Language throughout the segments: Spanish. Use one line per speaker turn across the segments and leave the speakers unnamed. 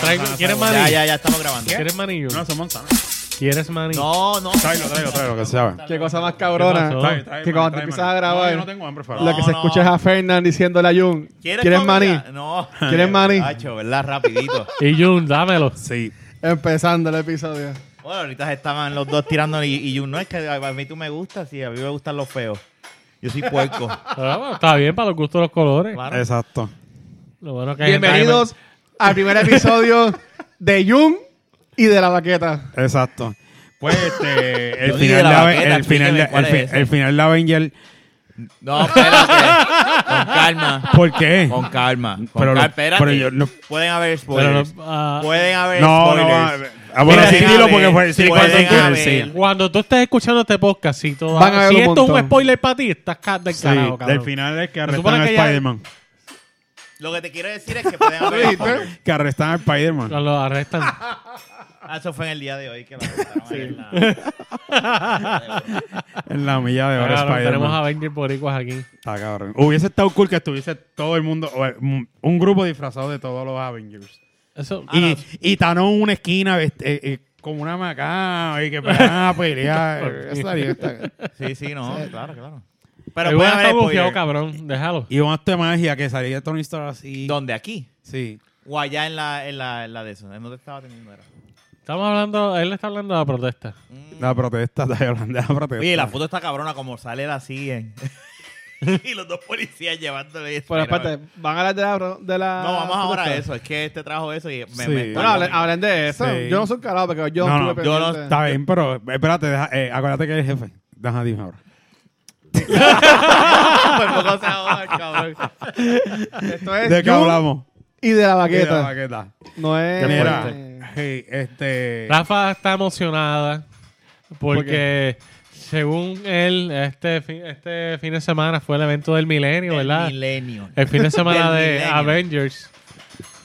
traigo- ¿Quieres
manillo?
maní?
Ya, ya, ya estamos grabando.
¿Quieres manillo?
No, son manzanas.
¿Quieres maní?
No, no.
Tráelo, tráelo, tráelo, que se sabe.
Qué cosa más
¿Qué pasó?
cabrona.
Trae, trae,
Que
maní,
cuando
trae,
empiezas
maní.
a
No,
grabar,
yo no tengo hambre, Fara.
Lo que se
No, no.
escucha es a Fernan diciéndole a Jun, ¿quieres, maní?
comida? No.
¿Quieres maní?
Hacho, ¿verdad? Rapidito.
Y Jun, dámelo.
Sí.
Empezando el episodio.
Bueno, ahorita estaban los dos tirando y, y yo, no, es que a a mí tú me gustas y a mí me gustan los feos. Yo soy puerco.
Ah, bueno, está bien para los gustos de los colores.
Claro.
Exacto.
Lo bueno que hay gente que me-
Bienvenidos al primer episodio de Jun y de la baqueta.
Exacto. Pues este, el
Yo dije
final
la
de Aven-
baqueta,
el final de-
explíqueme cuál
el fi-
es ese.
el final de Avenger,
No, espérate. Con calma.
¿por qué?
Con calma. Con
Pero
calma.
lo-
Espérate.
pero yo no-
Pueden haber
Pero no,
spoilers.
ah,
Pueden haber
No, no,
spoilers.
ah, bueno,
Pueden
sí, dilo
haber-
porque fue sí, cuando
pueden
quiera,
haber.
sí.
cuando tú estés escuchando este podcast, si, todo-
Van a haber
si
un
esto es un
montón.
spoiler para ti, estás ca- del
Sí,
carajo, cabrón.
del final es que
supone
arrestan a
que ya-
Spider-Man.
Lo que te quiero decir es que pueden haber spoilers.
Que arrestan a Spider-Man.
Cuando lo arrestan.
Ah, Eso fue en el día de hoy que lo arrestaron en la-
En la milla de oro
Cabrón, tenemos a
Spider-Man.
Avenger Boricuas aquí.
Está cabrón. Hubiese estado cool que estuviese todo el mundo, o, eh, un un grupo disfrazado de todos los Avengers.
Eso,
Ah,
y,
no.
y Thanos en una esquina vest- eh, eh, como una macana y que van a pelear. Esa dieta.
Sí, sí, no, claro, claro.
pero
pueden
estar bufiado,
spoilers.
cabrón. Déjalo.
y un acto de magia que salía Tony Stark así.
¿Dónde? ¿Aquí?
Sí.
O allá en la, en la, en la de eso. En donde estaba teniendo era.
Estamos hablando, él está hablando de la protesta.
La protesta, está hablando de la protesta.
Oye, la foto está cabrona como sale la así en- y los dos policías llevándole. Mira,
Pero espérate, ¿van a hablar de la... de la-
No, vamos ahora a eso.
protesta?
Es que este trajo eso y me,
Sí.
me-
Bueno, hablen, hablen de eso.
Sí.
Yo no soy un carajo porque yo
No, no,
estuve
yo no-
pendiente.
Está bien, pero espérate, deja- eh, acuérdate que eres jefe. Deja, dime ahora.
Por poco se ahoga, cabrón.
Esto es
¿De qué
Jun
hablamos?
y de la
De la
baqueta.
baqueta.
No es... eh,
Mira, hey, este.
Rafa está emocionada
¿Por
porque según él, este, fi- este fin de semana fue el evento del milenio, ¿verdad?
Milenio.
El fin de semana
Del
de
milenio.
Avengers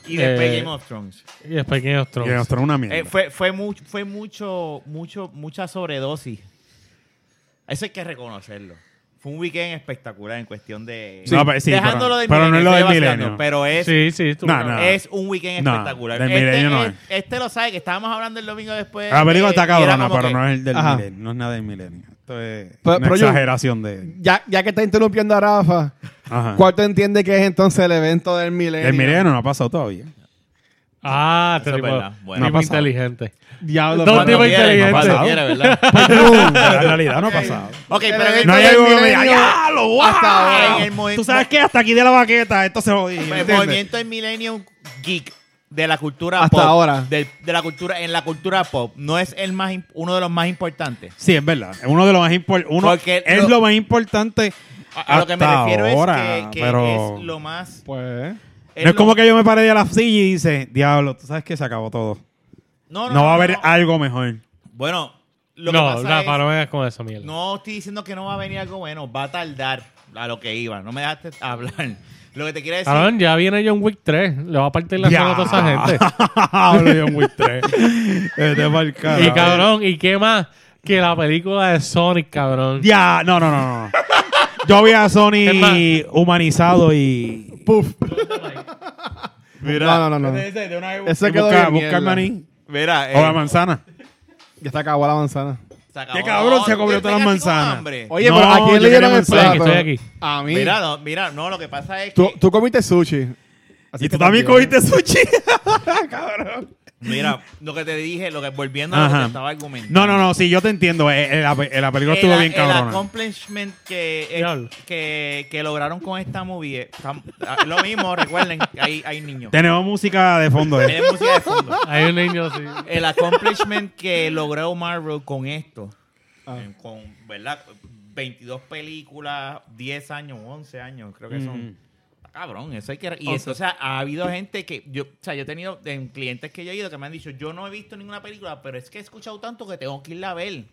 Y después
Eh,
Game of Thrones.
y después Game of Thrones.
Que nos trae una mierda.
Eh, fue, fue, mucho, fue mucho, mucho, mucha sobredosis. Eso hay que reconocerlo. Fue un weekend espectacular en cuestión de.
Sí, No, pero- sí,
dejándolo
pero-
del
pero no es lo
estoy
del
vaciando,
milenio.
Pero es,
Sí, sí. estuvo
No,
cabrón.
no.
es un weekend
No,
espectacular.
del
este,
milenio no
es- este lo sabe, que estábamos hablando el domingo después.
La película está
eh, y era
cabrona,
como
Ah, pero
que-
no es el del
Ajá.
milenio. No es nada del milenio. Esto es
Pero-
una
pero yo-
exageración de.
Ya, ya que está interrumpiendo a Rafa,
Ajá.
¿cuál te entiende que es entonces el evento del milenio?
Ah. El milenio no ha pasado todavía.
Ah, este
Eso es
tipo,
verdad. Bueno.
tipo
No ha pasado.
inteligente.
Diablo.
Dos
mano.
tipos
quiera,
inteligentes.
cuando
Pasado.
quiera, ¿verdad?
Pues
La realidad no ha pasado.
ok, pero en el-
Esto
No hay
del
algo que me diga,
milenio
¡ya lo guau!
hasta ahora.
En el momento-
Tú sabes que hasta aquí de la baqueta, esto se jodía.
el
¿entiendes?
movimiento del Millennium Geek de la cultura
Hasta
pop.
ahora.
del- De, la cultura, en la cultura pop. No es el más imp- uno de los más importantes.
Sí, es verdad. Es uno de los más
Porque
importantes. Es
lo-
lo... más importante.
A, a lo que me
hasta
refiero
ahora,
es que, que
pero-
es lo más.
Pues...
es
no
lo-
es como que yo me paré de la silla y dice, diablo, tú sabes que se acabó todo. No, va a haber
no.
algo mejor.
Bueno, lo que
No,
pasa
Rafa,
es-
no vengas con esa mierda.
No estoy diciendo que no va a venir algo bueno, va a tardar a lo que iba. No me dejaste hablar. Lo que te quiero decir.
Cabrón, ya viene John Wick 3. Le va a partir la mano a toda esa gente.
Hablo yo muy tres. Este es el carajo.
Y cabrón, ¿y qué más? Que la película de Sonic, cabrón.
Ya, no, no, no. no. Yo vi a
Es más-
Sony humanizado y. Puf.
No, no, no, no. Ese quedó
busca, busca el
bien mierda.
maní.
Mira, eh,
O la manzana.
Ya se acabó la manzana.
se acabó.
Qué cabrón, se
No,
comió
yo
todas las
tengo así como
manzanas.
hambre.
Oye,
No,
pero ¿a
yo
quién le
quería
dieron el
manzana,
plato?
que estoy aquí.
A mí.
Mira, no, mira, no, lo que pasa es que.
tú, tú comiste sushi. Así
Y tú
que
también
también.
cogiste sushi. cabrón.
Mira, lo que te dije, lo que volviendo a lo que
Ajá.
te estaba argumentando.
No, no, no, sí, yo te entiendo. Eh, eh, la, eh, la película estuvo
el,
bien
El
cabrona.
accomplishment que, eh,
Diablo.
que, que lograron con esta movie. eh, tam- ah, lo mismo, recuerden, hay, hay niños.
Tenemos música de fondo. eh.
Miren música de fondo.
Hay un niño así.
El accomplishment que logró Marvel con esto.
Ah.
eh, Con, ¿verdad? 22 películas, 10 años, 11 años, creo que son. Cabrón, eso hay que... Y eso, o sea, ha habido gente que... Yo, o sea, yo he tenido en clientes que yo he ido que me han dicho, yo no he visto ninguna película, pero es que he escuchado tanto que tengo que irla a ver.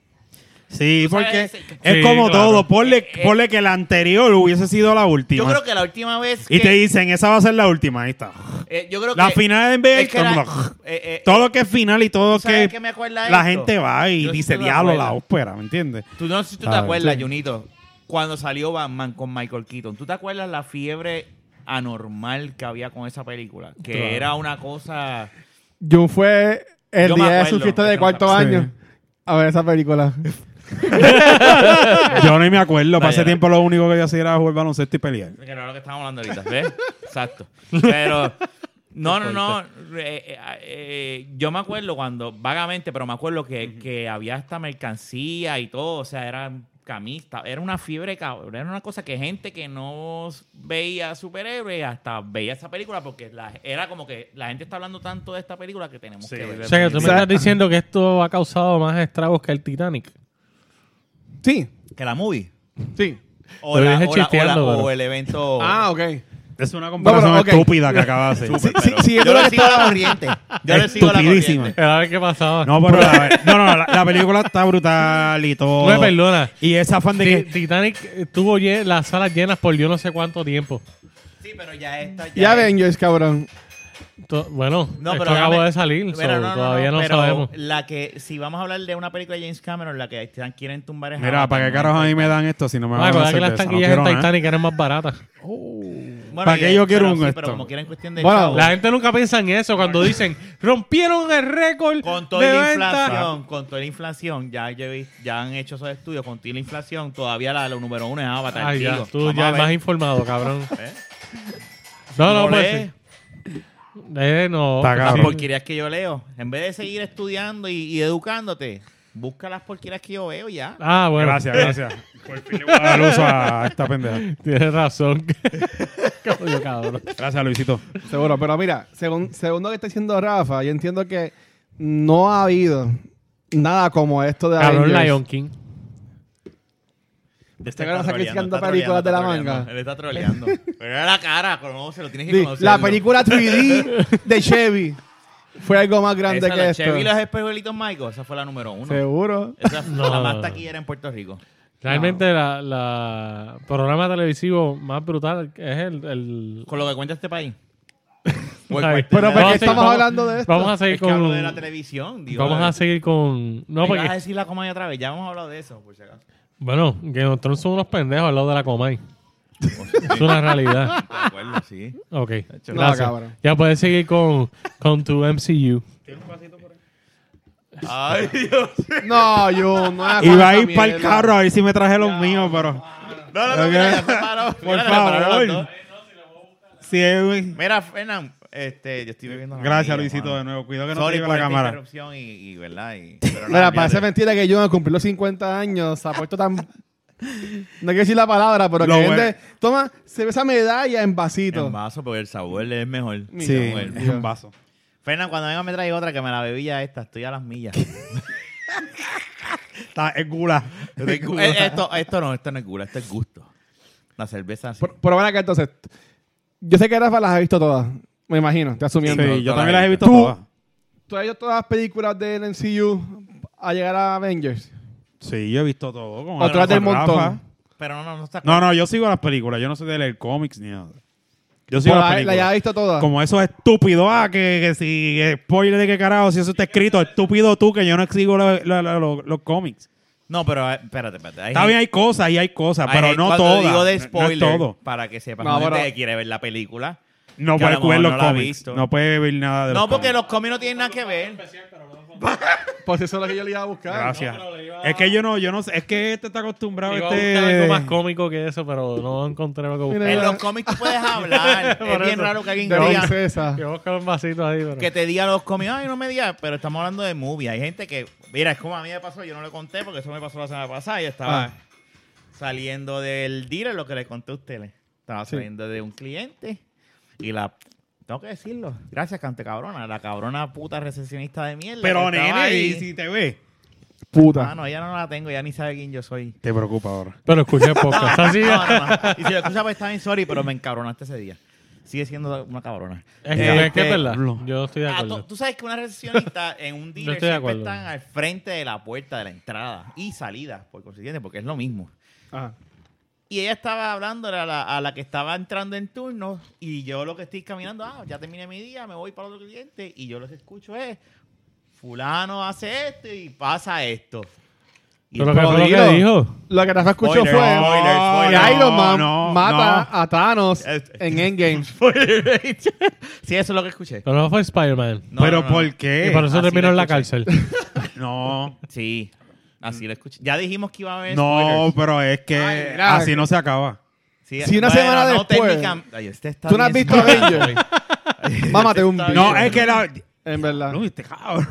Sí,
Tú
porque
sabes,
es
Sí,
como
claro.
todo. Ponle,
Eh,
ponle que la anterior hubiese sido la última.
Yo creo que la última vez que...
y te dicen, esa va a ser la última. Ahí está.
eh, yo creo
La
que-
final en vez
es que la- eh, eh,
Todo lo que es final y todo lo
¿tú sabes
que.
qué me acuerda de
la
esto?
gente va y
Yo
dice,
estoy de
diablo, la
acuerdo.
ópera, ¿me entiendes?
Tú no sé si tú te
Ah,
acuerdas,
sí.
Junito, cuando salió Batman con Michael Keaton. ¿Tú te acuerdas la fiebre anormal que había con esa película? Que era una cosa
Jun fue el
Yo me
día de
acuerdo,
su fiesta de
eso
cuarto
no
año
sabía.
a ver esa película.
Yo ni me acuerdo. Para ese
Vaya.
tiempo lo único que yo hacía era jugar baloncesto y pelear.
Que era lo que estábamos hablando ahorita, ¿ves? Exacto. Pero, no, no, no. eh, eh, eh, yo me acuerdo cuando, vagamente, pero me acuerdo que, que había esta mercancía y todo, o sea, era camista, era una fiebre, cabrón, era una cosa que gente que no veía superhéroes hasta veía esa película porque la- era como que la gente está hablando tanto de esta película que tenemos
Sí,
que
de-
O
ver.
sea, que tú me
Exacto.
estás diciendo que esto ha causado más estragos que el Titanic.
Sí,
Que la movie.
sí.
O,
Lo
la-
dije
o la- o la-
chisteando,
o
pero-
el evento.
Ah, ok.
Es una comparación
No, pero, ok.
estúpida que acabas de hacer.
Sí, sí, sí, es
yo
lo
le
que
sigo la
estaba...
corriente. Yo le sigo la
Estupidísima.
corriente.
A ver qué pasaba.
No, pero la, no, no, la, la película está brutal y todo.
No me perdona.
Y ese afán de
Ti-
que.
Titanic eh, tuvo lle- las salas llenas por yo no sé cuánto tiempo.
Sí, pero ya esta.
Y Avengers, cabrón.
To- bueno,
No,
esto
pero
acabo
dame-
de salir,
Pero
so, todavía no,
pero
sabemos.
La que, si vamos a hablar de una película de James Cameron, la que están- quieren tumbar es
Mira,
Avatar,
¿para qué
¿no?
caros a mí me dan esto si no me
Ah,
van a
acuérdate
dar
que las
cerveza? No
taquillas
quiero
en
nada.
Titanic eran más baratas.
Bueno,
¿Para
y-
qué yo quiero
pero
un
sí,
esto?
Pero como quieren cuestión de.
Bueno,
chavo,
La gente nunca piensa en eso cuando dicen rompieron el récord
Con toda
de
la
venta.
inflación, con toda la inflación, ya, yo he visto- ya han hecho esos estudios, con toda la inflación, todavía la, la número uno es Avatar.
Ay, ya,
chico.
tú
Vamos
ya
a
más
ver.
informado, cabrón.
¿Eh?
No, no,
No
pues.
lees.
sí. Eh, no.
Está
pues,
cabrón.
Las
sí.
porquerías que yo leo. En vez de seguir estudiando y, y educándote, busca las porquerías que yo veo y ya.
Ah, bueno.
Gracias, gracias. Por fin le voy a dar uso a esta pendeja.
Tienes razón. Coño, cabrón.
Gracias, Luisito.
Seguro, pero mira, según, según lo que está diciendo Rafa, yo entiendo que no ha habido nada como esto de
Cabrón
Avengers.
Lion King.
Este
cabrón está criticando
troleando,
películas
está
de la
troleando.
manga.
Él está troleando. Pero era la cara, como se lo tienes que
Sí,
conocer.
La película 3D de Chevy fue algo más grande
Esa,
que
la
esto.
Chevy y los espejuelitos Michael, esa fue la número uno.
Seguro.
Esa fue la
No.
más taquillera en Puerto Rico.
Realmente la, la programa televisivo más brutal es el... el-
Con lo que cuenta este país. Pues
Ay, pues vamos
Pero ¿por
a
qué
seguir-
estamos
vamos-
hablando de esto?
Vamos a seguir
Es que hablo de la
con...
televisión, digo.
Vamos a seguir con... No,
No, porque...
porque...
Vas a decir la comedia otra vez, ya hemos hablado de eso, por si acaso.
Bueno, que nosotros somos unos pendejos al lado de la Comay. es una realidad.
Oh, De acuerdo, sí.
Ok,
No,
gracias.
cabrón.
ya puedes seguir con, con tu MCU.
Ay, Dios.
No, yo no hagas
Iba a
esa
ir para el
mierda.
carro a ver si me traje los míos, pero.
No, no, no, mira, ya se paró.
Por
Mira, se pararon
favor.
los dos.
Sí, güey.
Mira, Fernán, este, yo estoy bebiendo.
Gracias,
amarillo,
Luisito,
mano.
de nuevo. Cuidado que no te
Sorry
lleve
por
la
esta
cámara.
interrupción y, y verdad. Y,
Mira, parece mentira que yo cumplí los 50 años, se ha puesto tan... No quiero decir la palabra, pero
Lo
que
bueno.
vende... Toma, se ve esa medalla en vasito.
En vaso, porque el sabor es mejor.
Mi
Sí,
Mira, bueno.
es un vaso.
Fernan, cuando venga me trae otra que me la bebí ya esta. Estoy a las millas.
Está, es gula. Es gula.
Eh, esto, esto no, esto no es gula, esto es gusto. La cerveza sí.
Pero, pero ven acá, entonces. Yo sé que Rafa las ha visto todas, me imagino, te asumiendo.
Sí, yo también las he visto
Tú-
todas.
¿Tú has visto todas las películas del MCU a llegar a Avengers?
Sí, yo he visto todo. con
Otras
Rafa,
del montón.
Rafa.
Pero no, no, no está.
No, no, yo sigo las películas. Yo no soy de leer cómics ni nada. Yo
Pues
sigo las
la, la
películas.
has visto todas.
Como esos estúpidos, ah, que, que si spoiler de qué carajo, si eso está escrito, estúpido tú, que yo no exigo la- la- la- los, los cómics.
No, pero eh, espérate, espérate. Hay
Está bien, hay cosas y hay cosas,
hay-
pero
hay-
no
cuando
todas.
digo de
No-
spoiler,
No, es todo.
para que sepas
No,
no,
pero-
que quiere ver la película.
No
que a
puede
lo
ver
mejor
los
no la ha
cómics.
visto.
No puede ver nada de los
No, porque
cómics.
los cómics no tienen nada que ver.
Pues eso es lo que yo le iba a buscar.
Gracias. Es que yo no, yo no sé. Es que este está acostumbrado.
Iba a
este...
buscar algo más cómico que eso, pero no encontré lo que busqué.
Mira.
En los cómics tú puedes hablar. es
Por
bien
eso.
raro que alguien
De
diga
princesa.
Que buscar un vasito ahí, pero...
que te diga los cómics. Ay, no me digas, pero estamos hablando de movie. Hay gente que, mira, es como a mí me pasó, yo no le conté porque eso me pasó la semana pasada. Yo estaba
Ah.
saliendo del dealer, lo que le conté a ustedes. Estaba saliendo de un cliente y la. Tengo que decirlo. Gracias, cante cabrona. La cabrona puta recesionista de mierda.
Pero
que estaba
nene,
ahí.
y si te ve.
Puta.
Ah, no, ella no la tengo, ya ni sabe quién yo soy.
Te preocupa ahora.
Pero escuché podcast.
No,
Así
no, no, no. Y si lo escuchas, pues está bien, sorry, pero me encabronaste ese día. Sigue siendo una cabrona.
es,
Eh,
que, es que es
Este,
verdad. Yo estoy de
Ah,
acuerdo.
tú- tú sabes que una recepcionista en un
Yo
dealer
estoy
siempre
de acuerdo.
están al frente de la puerta de la entrada y salida, por consiguiente, porque es lo mismo.
Ah.
Y ella estaba hablando a la, a la que estaba entrando en turno y yo lo que estoy caminando, ah, ya terminé mi día, me voy para otro cliente y yo lo que escucho es, fulano hace esto y pasa esto. Y
Pero que fue lo
digo,
que dijo.
Lo que Rafa escuchó
Spoiler,
fue
spoiler, spoiler.
que Iron Man
No, no,
mata a Thanos
Es-
en Endgame.
sí, eso es lo que escuché.
Pero no fue Spider-Man.
No,
pero
no, no.
¿por qué?
y por eso
así
terminó
lo
en la
escuché.
cárcel.
No,
Sí, así lo escuché. Ya dijimos que iba a haber
no,
spoilers.
pero es que
Ay, mira.
así no se acaba.
Sí,
Si una semana después-
técnica- Ay, este está
¿Tú no has
bien
visto
spoiler
Avengers?
hoy.
Mámate un
Está
bicho.
No, es que la...
En verdad.
No, este cabrón.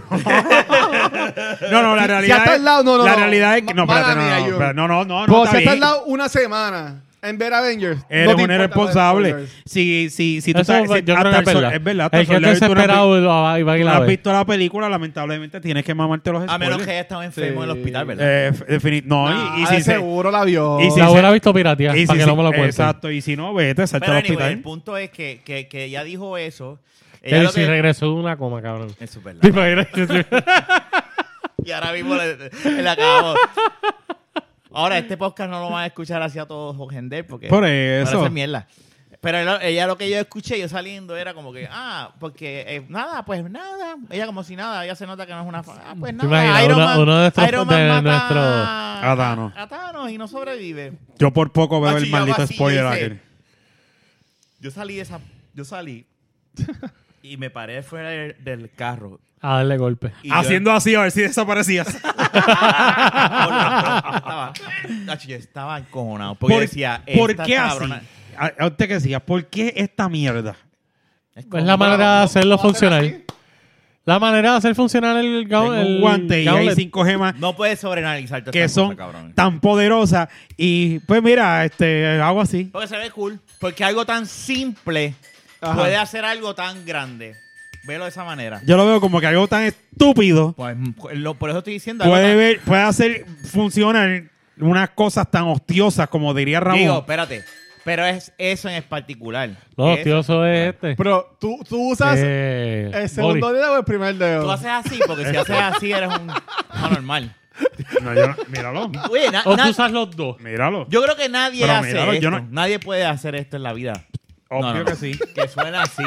No, no, la
Si- si
realidad.
está al lado, no, no,
La
no.
realidad es que. No,
Ma-
espérate, no,
mala
no,
mía, yo.
espérate, no, no, no. no,
Por
está
si
bien.
has Pues
Eh,
tardado una semana en ver Avengers.
Eres
no
un irresponsable. Si, si, si tú
Eso
estás.
fue-
si-
yo creo
hasta
que es
el sol-
verdad.
Es verdad. hasta
El
el
que
sol
es
le he visto una
desesperado lo va- va a
pe-
ir
tú
a
has
ver.
visto la película, lamentablemente tienes que mamarte los
A Ah, menos que
spoilers.
haya estado enfermo en el hospital, ¿verdad?
Eh, f- definit- No, y- y, si se-
Ah, seguro la vio.
y si
La
se-
hubiera visto Piratia,
y si
para que
se-
no me lo cuente.
Exacto, y si no, vete, salta
Pero
al
anyway,
hospital.
el punto es que, que, que ya dijo eso.
Que
Ella lo
si
que-
regresó de una coma, cabrón.
Eso es verdad.
¿Te imaginas?
Y ahora mismo le, le acabamos. Ahora, este podcast no lo van a escuchar hacia todos Ogender porque
Por eso.
van a hacer mierda. Pero él- ella lo que yo escuché, yo saliendo, era como que, ah, porque eh, nada, pues nada. Ella como si nada, ella se nota que no es una fan. Ah, pues
¿Te
nada.
imaginas?
Iron
Uno-
Man,
uno de nuestros-
Iron Man
de
mata
nuestros-
a,
A Thanos.
a Thanos y no sobrevive.
Yo por poco veo
Macho,
el
yo hago
maldito
así,
spoiler
yo hice-
aquel.
Yo salí de esa, yo salí y me paré fuera del, del carro.
A darle golpe.
Y yo-
Haciendo así a ver si desaparecías.
estaba, Nacho, yo estaba encojonado. Porque yo decía,
¿por
esta
qué
cabrona-
así? A, a usted que decía, ¿por qué esta mierda?
Es
Es la manera de hacerlo funcional. La manera de hacer funcionar el
Tengo
gaun-
un
el
guante y hay
gauntlet.
cinco gemas
No puedes sobreanalizarte
que
estas
son
cosas, cabrón.
tan poderosas y pues mira, este hago así.
Porque se ve cool. Porque algo tan simple
Ajá.
puede hacer algo tan grande. Velo de esa manera.
Yo lo veo como que algo tan estúpido
Pues, lo- por eso estoy diciendo. algo
puede
tan-
ver, puede hacer funcionar unas cosas tan hostiosas como diría Ramón.
Digo, espérate. Pero es eso en particular.
No,
Es-
tío, eso
Ah.
es este.
Pero tú, tú usas
Eh,
el segundo
Boris.
dedo o el primer dedo.
Tú haces así, porque si haces así eres un anormal.
No, yo no- míralo,
Oye, na-
O
na-
tú usas los dos.
míralo.
yo creo que nadie
Pero
hace
míralo,
esto.
yo no-
Nadie puede hacer esto en la vida.
Obvio
No, no, no.
que sí.
Que suena así.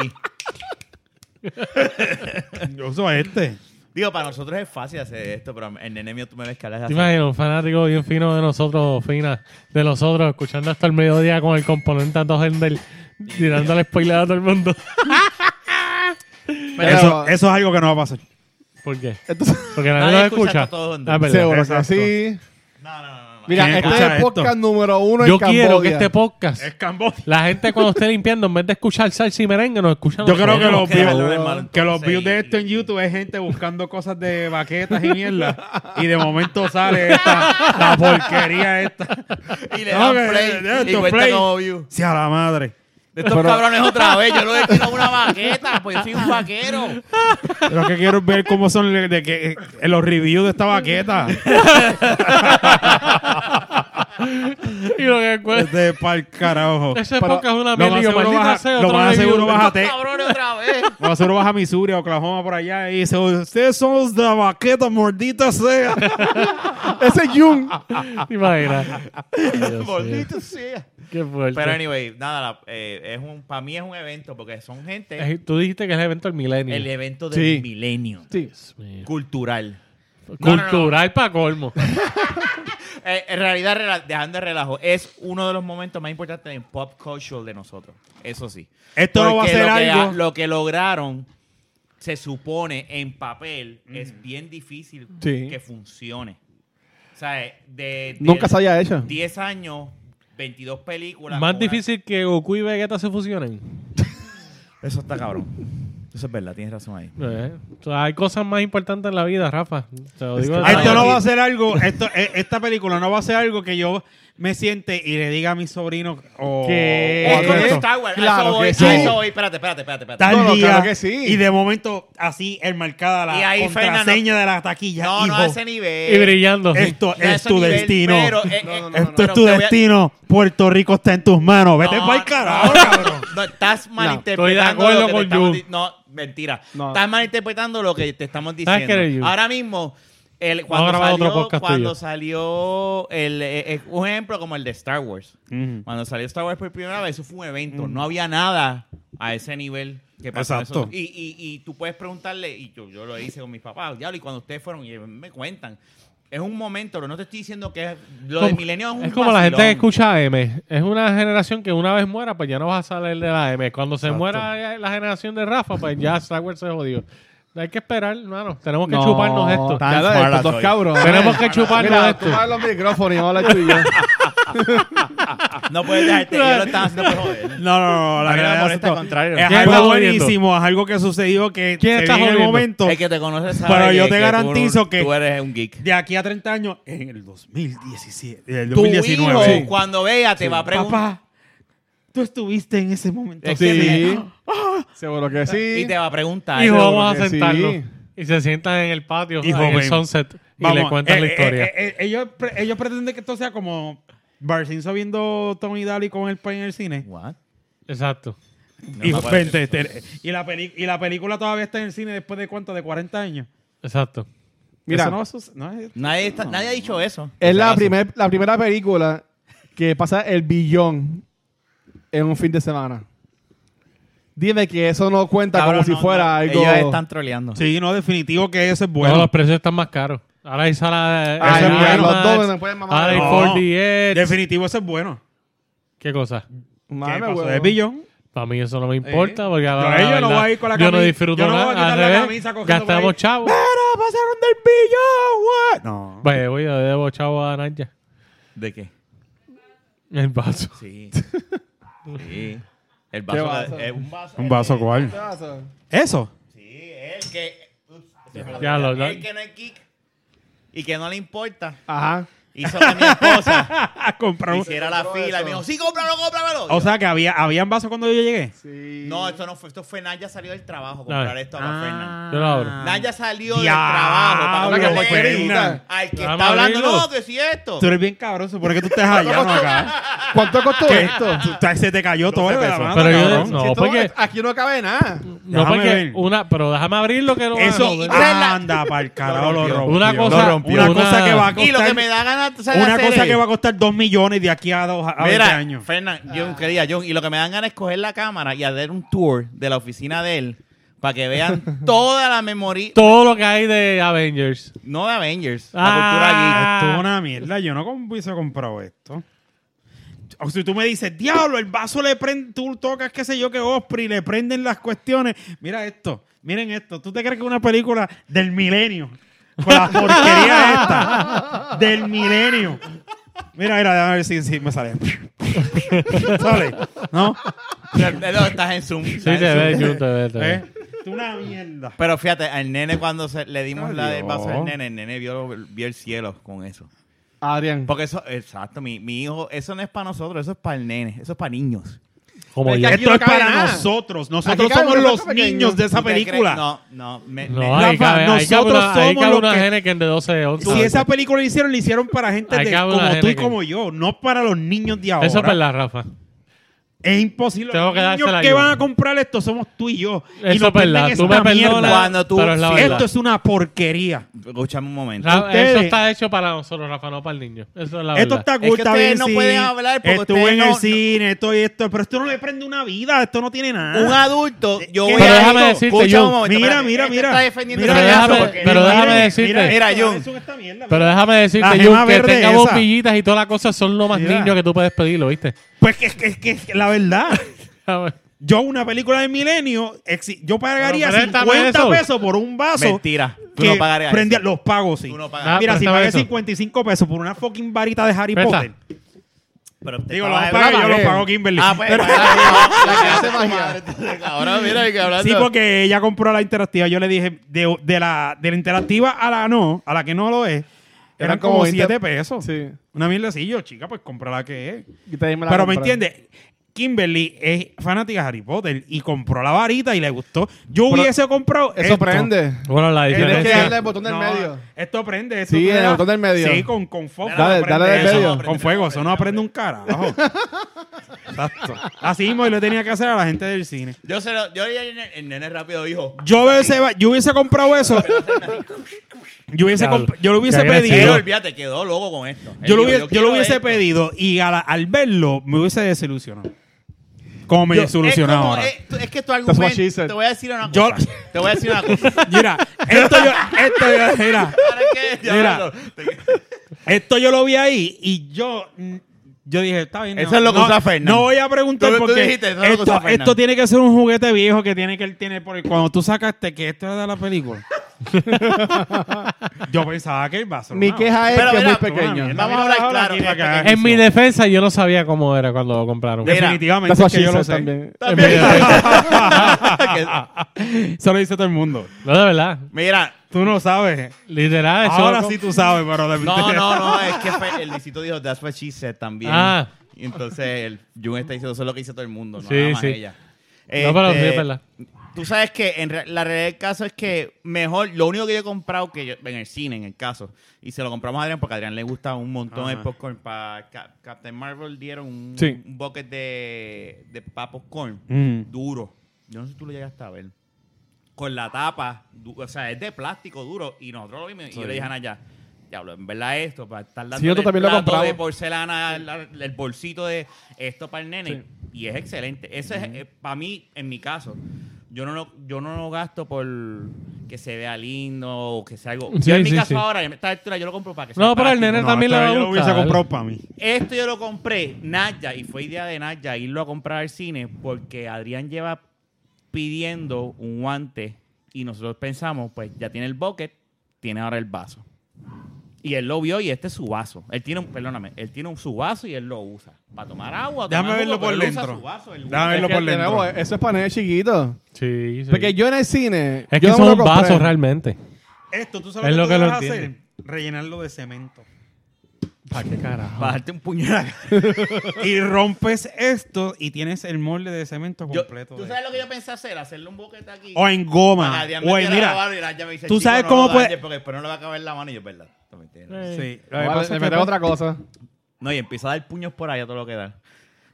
Yo uso este.
Digo, para nosotros es fácil hacer esto, pero el nene mío tú me ves que le haces
¿Te
así.
imaginas un fanático bien fino de nosotros, fina, de nosotros, escuchando hasta el mediodía con el componente a todo el del, tirándole spoiler a todo el mundo?
Pero-
eso, eso es algo que no va a pasar.
¿Por qué?
Entonces,
Porque nadie,
Nadie
lo
escucha
escucha.
hasta todo el mundo.
Ah, es verdad.
seguro que
exacto.
sí.
No, no, no, no, no.
Mira,
¿Quién
este es
escucha
el
esto?
podcast número uno
Yo
en Cambodia.
quiero que este podcast,
Cambodia.
la gente cuando esté limpiando, en vez de escuchar salsa y merengue, nos escucha.
Yo creo que
nosotros.
los
que dejarlo
views,
de mal,
que los
entonces,
views de
y-
esto en YouTube es gente buscando cosas de baquetas y mierda. y de momento sale esta, la porquería esta.
Y le
No,
dan
que- de
play y
esto,
cuenta
play.
como view.
Si a la madre.
De estos cabrones otra vez. Yo no he quiero una vaqueta, pues soy un vaquero.
Lo que quiero es ver cómo son le- de que, eh, los reviews de esta baqueta.
Y lo que encuentro-
Este pa'l carajo.
Pues, Ese
Pero
podcast es una
lo
mierda.
más
y yo,
seguro
maldita
vas a-
sea,
lo
otro
más
review.
seguro vas a Ah, te-
Cabrones otra vez.
Vamos a vas a Missouri, a Oklahoma, por allá. Y dice, ustedes son los de la baqueta, mordita sea.
Ese es Jung.
¿Te imaginas? Dios mío,
Maldito sea.
Qué fuerte.
Pero anyway, nada, la- eh, es un, para mí es un evento porque son gente.
Eh, Tú dijiste que es el evento del milenio.
El evento del
Sí.
milenio.
Sí.
Dios mío.
Cultural. No, no, no.
Cultural para colmo.
Eh, en realidad, rela- dejando el relajo, es uno de los momentos más importantes en pop culture de nosotros. Eso sí.
Esto no va a
Porque
ser
lo que
algo.
ha- lo que lograron, se supone, en papel, es bien difícil
Sí.
que funcione. O sea, eh, de, de
Nunca se había hecho.
10 años, 22 películas.
Más
con una-
difícil que Goku y Vegeta se fusionen.
Eso está cabrón. Eso es verdad, tienes razón ahí.
Eh, o sea, hay cosas más importantes en la vida, Rafa. Te lo digo.
que-
de
Esto
verdad.
no va a ser algo, esto, e- esta película no va a ser algo que yo me siente y le diga a mi sobrino o,
¿Qué?
o
Es
a
como
Eh, Alberto,
Star Wars.
Claro
a eso
que
voy, a
sí.
eso voy. Espérate, espérate, espérate. espérate.
tal
No, no,
día
claro que sí.
y de momento así enmarcada
Y
la
ahí,
contraseña
Fernando-
de la taquilla.
No, no
hijo.
a ese nivel.
Y brillando. sí.
esto
No a
es
ese
tu
nivel,
destino.
pero, eh, eh,
no, no,
esto
pero
es tu
te voy a-
destino. Puerto Rico está en tus manos. Vete
No,
para el carajo,
no, no,
cabrón.
No, estás
estoy de
malinterpretando
acuerdo
lo que te
con
estamos
Yu.
di- No, mentira.
No.
Estás malinterpretando lo que te estamos
¿Sabes qué eres, Yu?
diciendo. Ahora mismo, el, cuando,
grabar
salió,
otro podcast tuyo.
cuando salió el, eh, eh, un ejemplo como el de Star Wars. Cuando salió Star Wars por primera vez, eso fue un evento. No había nada a ese nivel que pasó.
Exacto.
eso. Y, y, y tú puedes preguntarle, y yo, yo lo hice con mis papás, diablo, y cuando ustedes fueron, y me cuentan. Es un momento, pero no te estoy diciendo que es, lo de
Como-
milenio es un
Es como la gente que
vacilón.
escucha M. Es una generación que una vez muera, pues ya no vas a salir de la M. Cuando se
Exacto.
muera eh, la generación de Rafa, pues ya Sauer se jodió. Hay que esperar, hermano. Tenemos que
No,
chuparnos esto.
tan
Ya lo de
mala
estos dos
soy.
cabrones.
Tenemos que
Mira,
chuparnos
tú
esto.
pagas los micrófonos y vamos a hablar tú y yo.
No puedes dejarte, yo lo estaba haciendo por joder.
No, no, no, la
Para que no me
verdad es
moleste
esto.
al contrario.
Es
¿Quién está
algo
jodiendo?
buenísimo, es algo que sucedió que
¿Quién
se
está
vive en el
jodiendo?
momento.
El que te conoce sabe
Pero yo
que-
te
que
garantizo
tú,
que-
Tú eres un geek.
De aquí a 30 años, en el 2017, el
Tu
2019.
hijo,
Sí.
cuando vea, te va a preguntar.
Papá, tú estuviste en ese momento.
Es que
Sí.
me-
Seguro que sí.
Y te va a preguntar.
Hijo,
seguro
vamos a
que sí.
sentarlo. Y se sientan en el patio,
Hijo,
en el
ven.
sunset, y le cuentan
eh,
la
eh,
historia.
eh, eh, ellos, pre- ellos pretenden que esto sea como Bart Simpson viendo Tony Daly con el pan en el cine.
What?
Exacto.
No
Hijo,
me acuerdo.
vente, este- y, la peli- y la película todavía está en el cine después de cuánto, de 40 años.
Exacto.
Mira,
Eso no va a suce- no es-
Nadie, está- nadie ha dicho eso.
es la,
Eso.
primer, la primera película que pasa el billón en un fin de semana. Dime que eso no cuenta
Cabrón,
como si
no,
fuera
no.
algo.
Ellos están troleando.
Sí, no, definitivo que eso es
Bueno,
bueno.
los precios están más caros. Ahora hay sala de.
Ah,
hay
eso es bueno.
Walmart,
Los dos me pueden mamar.
Ahora hay
No,
4DX.
definitivo eso es bueno.
¿Qué cosa?
Mame,
¿Qué pasó?
huevo.
¿Es billón?
Para mí eso no me importa porque a la,
Yo-
la
yo no
verdad,
voy a ir con la
yo no
cami-
disfruto
yo no voy a
nada.
quitar
Al
la
revés,
camisa cogiendo por
gastamos
ahí.
chavos.
pasaron del billón, No.
Vaya, voy a debo chavo a Naya.
¿De qué?
El vaso.
Sí. sí. El
¿Qué
vaso.
vaso?
Es un vaso.
Un vaso cuál.
¿Qué pasa?
Eso.
Sí, es el que. ups,
Ya lo-
el que no es geek y que no le importa.
Ajá.
Hizo que mi esposa
Ah, comprar un-
hiciera la
Compró
fila y
eso.
me dijo: Sí, cómpralo, cómpralo.
O sea que había habían vasos cuando yo llegué.
Sí. Ah.
no, esto no fue. Esto fue Naya salió del trabajo comprar
Ay.
esto a la Fernan.
Yo lo abro.
Naya salió del
Diablo,
trabajo. Para
que
que
fue
le
Fernan.
grita al que
Vamos
está
a
hablando,
abrirlo.
no, que si esto.
Tú eres bien cabrón, se supone que tú estés allá, no acá.
¿Cuánto costó
¿Qué?
esto?
Tú- tú- Se te cayó todo de la mano,
Pero yo-
cabrón.
no,
Si esto-
porque-
Aquí no cabe nada.
No,
Déjame
porque
ver.
una. Pero déjame abrirlo que lo van a
Eso
joder.
anda para el carajo, lo
rompió.
rompió.
Una
Lo
cosa-
rompió.
una-
Una cosa que va a
Y lo que me
costar
da ganas de
una
hacer
cosa
es-
que va a costar dos millones de aquí a dos a 20
Mira,
años.
Fernan, yo quería, John, y lo que me dan ganas es coger la cámara y hacer un tour de la oficina de él para que vean toda la memoria,
Todo lo que hay de Avengers.
no de Avengers, la
Ah.
Esto es una mierda. Yo no com- hubiese comprado esto. O si tú me dices, diablo, el vaso le prende, tú tocas, qué sé yo, que Osprey, le prenden las cuestiones. Mira esto, miren esto. ¿Tú te crees que una película del milenio, con la porquería esta, del milenio? Mira, mira, déjame ver si, si me sale. ¿Sale? ¿No?
cultura geek. No, estás en Zoom.
Sí, te ve, yo te ve. te ve.
¿Eh? Tú una mierda.
Pero fíjate, al nene cuando se- le dimos la del vaso
Adiós.
al nene, el nene vio, vio el cielo con eso.
Adrián.
Porque eso, exacto, mi, mi hijo, eso no es para nosotros, eso es para el nene, eso es para niños.
Como
Es
yo.
que aquí
Esto
no
es
cabe
para
nada.
nosotros. Nosotros
Aquí cabe
somos
un
los
vaso pequeño.
niños de esa
¿Tú te crees?
película.
No, no, me-
No,
me-
ahí
Rafa,
cabe, ahí cabe
nosotros
una, ahí
somos
cabe
los
una
que-
Henneken de 12, 11.
Si esa película la hicieron, la hicieron para gente
Hay
de-
que hablar,
como tú y
Enrique.
como yo, no para los niños de ahora.
Eso es verdad, Rafa.
Es imposible.
Tengo
los
que
niños
dársela
que
yo.
van a comprar esto somos tú y yo. y
Eso
nos
es verdad.
venden
Tú me
esta
perdonas,
mierda.
Cuando tú-
pero es la
Sí,
verdad.
Esto es una porquería.
Escúchame un momento.
Ra- Eso
ustedes-
está hecho para nosotros, Rafa, no para el niño. Eso es la
Esto
verdad.
está
Es que
cool, está
ustedes
bien,
no
sí.
pueden hablar porque
Estuve
ustedes
en
no-
el
no-
cine, esto y esto, pero esto no le prende una vida, esto no tiene nada.
un adulto, yo
Pero
voy a
déjame
esto.
decirte,
Escucha un
Jun,
momento,
Eh, mira,
espérate,
mira,
este
mira.
está defendiendo
Mira
el
déjame-
callazo porque-
pero
Miren,
déjame
miren,
decirte-
miren esto,
Mira, Jun.
eso, esta mierda,
Pero
mira.
déjame
La
decirte,
gema
Jun, que
verde
tenga
esa.
bombillitas y toda la cosa son lo más
Mira.
niño que tú puedes pedirlo, ¿viste?
Pues que, que, que- que la verdad, yo una película de milenio, exi- yo pagaría
Pero préstame
50
eso.
pesos por un vaso.
Mentira. Tú no
que
pagarías
prendía-
eso.
los pagos, sí.
Tú no pagarías.
Ah,
Mira, si
préstame
pagué
eso.
55 pesos por una fucking varita de Harry
Presta.
Potter.
Pero te
Digo, lo
estaba-
pago yo,
pagué.
lo pago Kimberly.
Ah, pues,
Pero-
La que hace magia.
Ahora mira que hablando.
sí, porque ella compró la interactiva. Yo le dije, de, de la, de la interactiva a la no, a la que no lo es, eran
Eran
como
como 20
7 pesos.
Sí.
Una mierda así, yo, chica, pues compra la que es.
Y también la
Pero me
compraron.
entiende, Kimberly es fanática de Harry Potter y compró la varita y le gustó. Yo
Pero
hubiese comprado.
Eso
esto.
prende.
Bueno, la
Tienes que
diferencia...
darle el botón del
No,
medio.
Esto prende. Esto
Sí,
tú le
el
das-
botón del medio.
Sí, con, con foco.
Dale,
no prende
dale del
eso.
medio.
Con fuego, eso no aprende un carajo. Exacto. Así mismo yo le tenía que hacer a la gente del cine.
Yo se lo. Yo el, el nene rápido dijo.
Yo hubiese, yo hubiese comprado eso. Yo hubiese
Diablo.
comp- yo lo hubiese
Qué agresivo.
Pero
pedido.
olvídate, quedó loco con esto. Él
Yo
dijo,
lo hubiese, yo
quiero
lo hubiese
esto.
pedido y a la- al verlo me hubiese desilusionado. Como me
Yo-
he
es
solucionado
como- eh,
ahora.
Es, tú- es que tu
what
argumento.
she said.
Te voy a decir una
Yo-
cosa. Te voy a decir una cosa.
Mira, esto yo, esto yo, mira,
¿Para qué? Ya,
Mira.
bueno, te-
esto yo lo vi ahí y yo, mm, yo dije, está bien. no,
Eso es lo que
no,
usa Fernan.
No voy a preguntar
Tú- tú
porque
dijiste, eso es lo que usa
esto,
Fernan.
esto tiene que ser un juguete viejo que tiene que él tiene por el- cuando tú sacaste que esto era de la película. yo pensaba que el vaso.
Mi queja es
Pero
que
mira,
es muy pequeño.
mira, Vamos a hablar claro,
En mi defensa, yo no sabía cómo era cuando lo compraron.
Mira,
Definitivamente
That's
es
what
que
she
yo lo
said
sé.
también.
También.
Es muy-
Eso lo dice todo el mundo.
No, de verdad.
Mira.
Tú no sabes.
Literal. eso
Ahora
lo-
sí tú sabes, pero de
No, no, no. Es que fue- el Licito dijo That's what she said también.
Ah.
Y entonces el Jun está diciendo eso es lo que dice todo el mundo. No
Sí,
nada más
sí.
ella. Este,
No, pero sí, es verdad.
Tú sabes que en re- la realidad del caso es que mejor, lo único que yo he comprado que yo- en el cine, en el caso, y se lo compramos a Adrián porque a Adrián le gusta un montón
Ajá.
el popcorn. Para Cap- Captain Marvel dieron un,
Sí.
un bucket de, de pa' popcorn
Mm.
duro. Yo no sé si tú lo llegaste a ver. Con la tapa, du- o sea, es de plástico duro. Y nosotros lo vimos y yo le dije a Naya, diablo, en verdad esto, para estar dando
yo también lo he comprado.
de porcelana, al- al- el bolsito de esto para el nene. Y es excelente. Ese es, eh, para mí, en mi caso, yo no, lo, yo no lo gasto por que se vea lindo o que sea algo.
Sí,
yo en mi
sí,
caso
sí.
ahora, en esta altura, yo lo compro para que sea
No, pero el
práctico.
nene también le va a
yo lo hubiese
gustar.
comprado para mí.
Esto yo lo compré, Naya, y fue idea de Naya irlo a comprar al cine porque Adrián lleva pidiendo un guante y nosotros pensamos, pues ya tiene el bucket, tiene ahora el vaso. Y él lo vio y este es su vaso. Él tiene un, perdóname, él tiene un, su vaso y él lo usa. Para tomar agua,
Déjame
tomar
verlo
jugo,
por
pero él usa
dentro.
su vaso, el guante.
Déjame verlo
Es que,
por
de
dentro.
nuevo, eso es para nenes chiquitos.
Sí, sí.
Porque yo en el cine.
Es
yo
que
no me
son
lo compré.
vasos realmente.
Esto, ¿tú sabes
Es lo
tú
que lo
debes
entiende.
Rellenarlo de cemento.
¿Para qué carajo?
Bajarte un puñal. acá.
y rompes esto y tienes el molde de cemento
Yo-
completo.
¿Tú
de-
sabes lo que yo pensé hacer? Hacerle un boquete aquí.
O en goma.
Adrián me
O en,
tira la
mira.
barba y Naya me dice,
¿tú
"Chico,
sabes
no
cómo
lo
puede-
dañes Porque después no le va a caber la mano y yo, es verdad. tú me entiendes".
Sí. Lo que
Vale,
pasa
me
es que- pues,
meto otra cosa.
No, y empieza a dar puños por ahí a todo lo que da.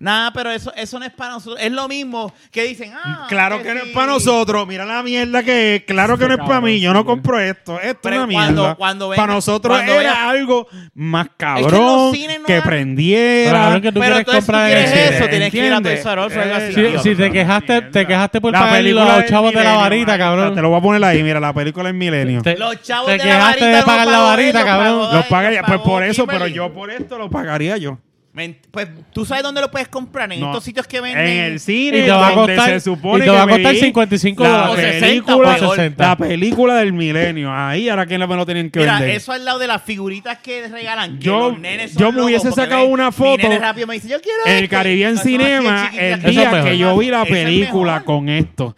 Nada, pero eso, eso no es para nosotros. Es lo mismo que dicen, ah.
Mm, Claro que no es
sí.
para nosotros. Mira la mierda que es. Claro que no es para mí. Yo no compro esto. Esto
Pero
es una
cuando-
mierda.
cuando venga-
Para nosotros
cuando
era
venga-
algo más
los
cabrón.
cines no
que
dan-
Pero
prendiera.
ahora que tú
Pero
quieres
entonces tú
comprar
quieres
el- Eh,
eso, tienes que ir a
¿Entiendes? Eh,
Toys R Us o algo así.
Si,
Tío,
si te
cabrón,
quejaste, te quejaste por pagar
es
los chavos de la
Milenio,
varita,
marica.
cabrón.
Te lo voy a poner ahí. Mira, la película es Milenio.
Te-
Los chavos
te
de la
quejaste
varita
de
no
pagar la
pagó
varita,
ellos,
cabrón.
pagó-
Los pagaría.
lo
Pues
pagó
por eso, pero
Kimberly.
yo por esto lo pagaría yo.
men- Pues tú sabes dónde lo puedes comprar, en
No.
estos sitios que venden.
En el cine,
Y te va a
donde
costar-
se supone
y te va a
que me
costar
vi
55
la
dólares.
O 60
película,
pues,
o 60.
la película del milenio. Ahí, ahora quién me lo tienen que
Mira,
vender.
eso al lado de las figuritas que regalan. que
Yo-
los nenes son
yo me hubiese
locos porque
sacado
ven-
una
mi
foto
nene rápido me dice, yo quiero
En el
este.
Caribbean
Son así de
Cinema,
chiquititas.
el
Eso es
día que
mejor.
yo vi la
Eso es
película
mejor.
con esto.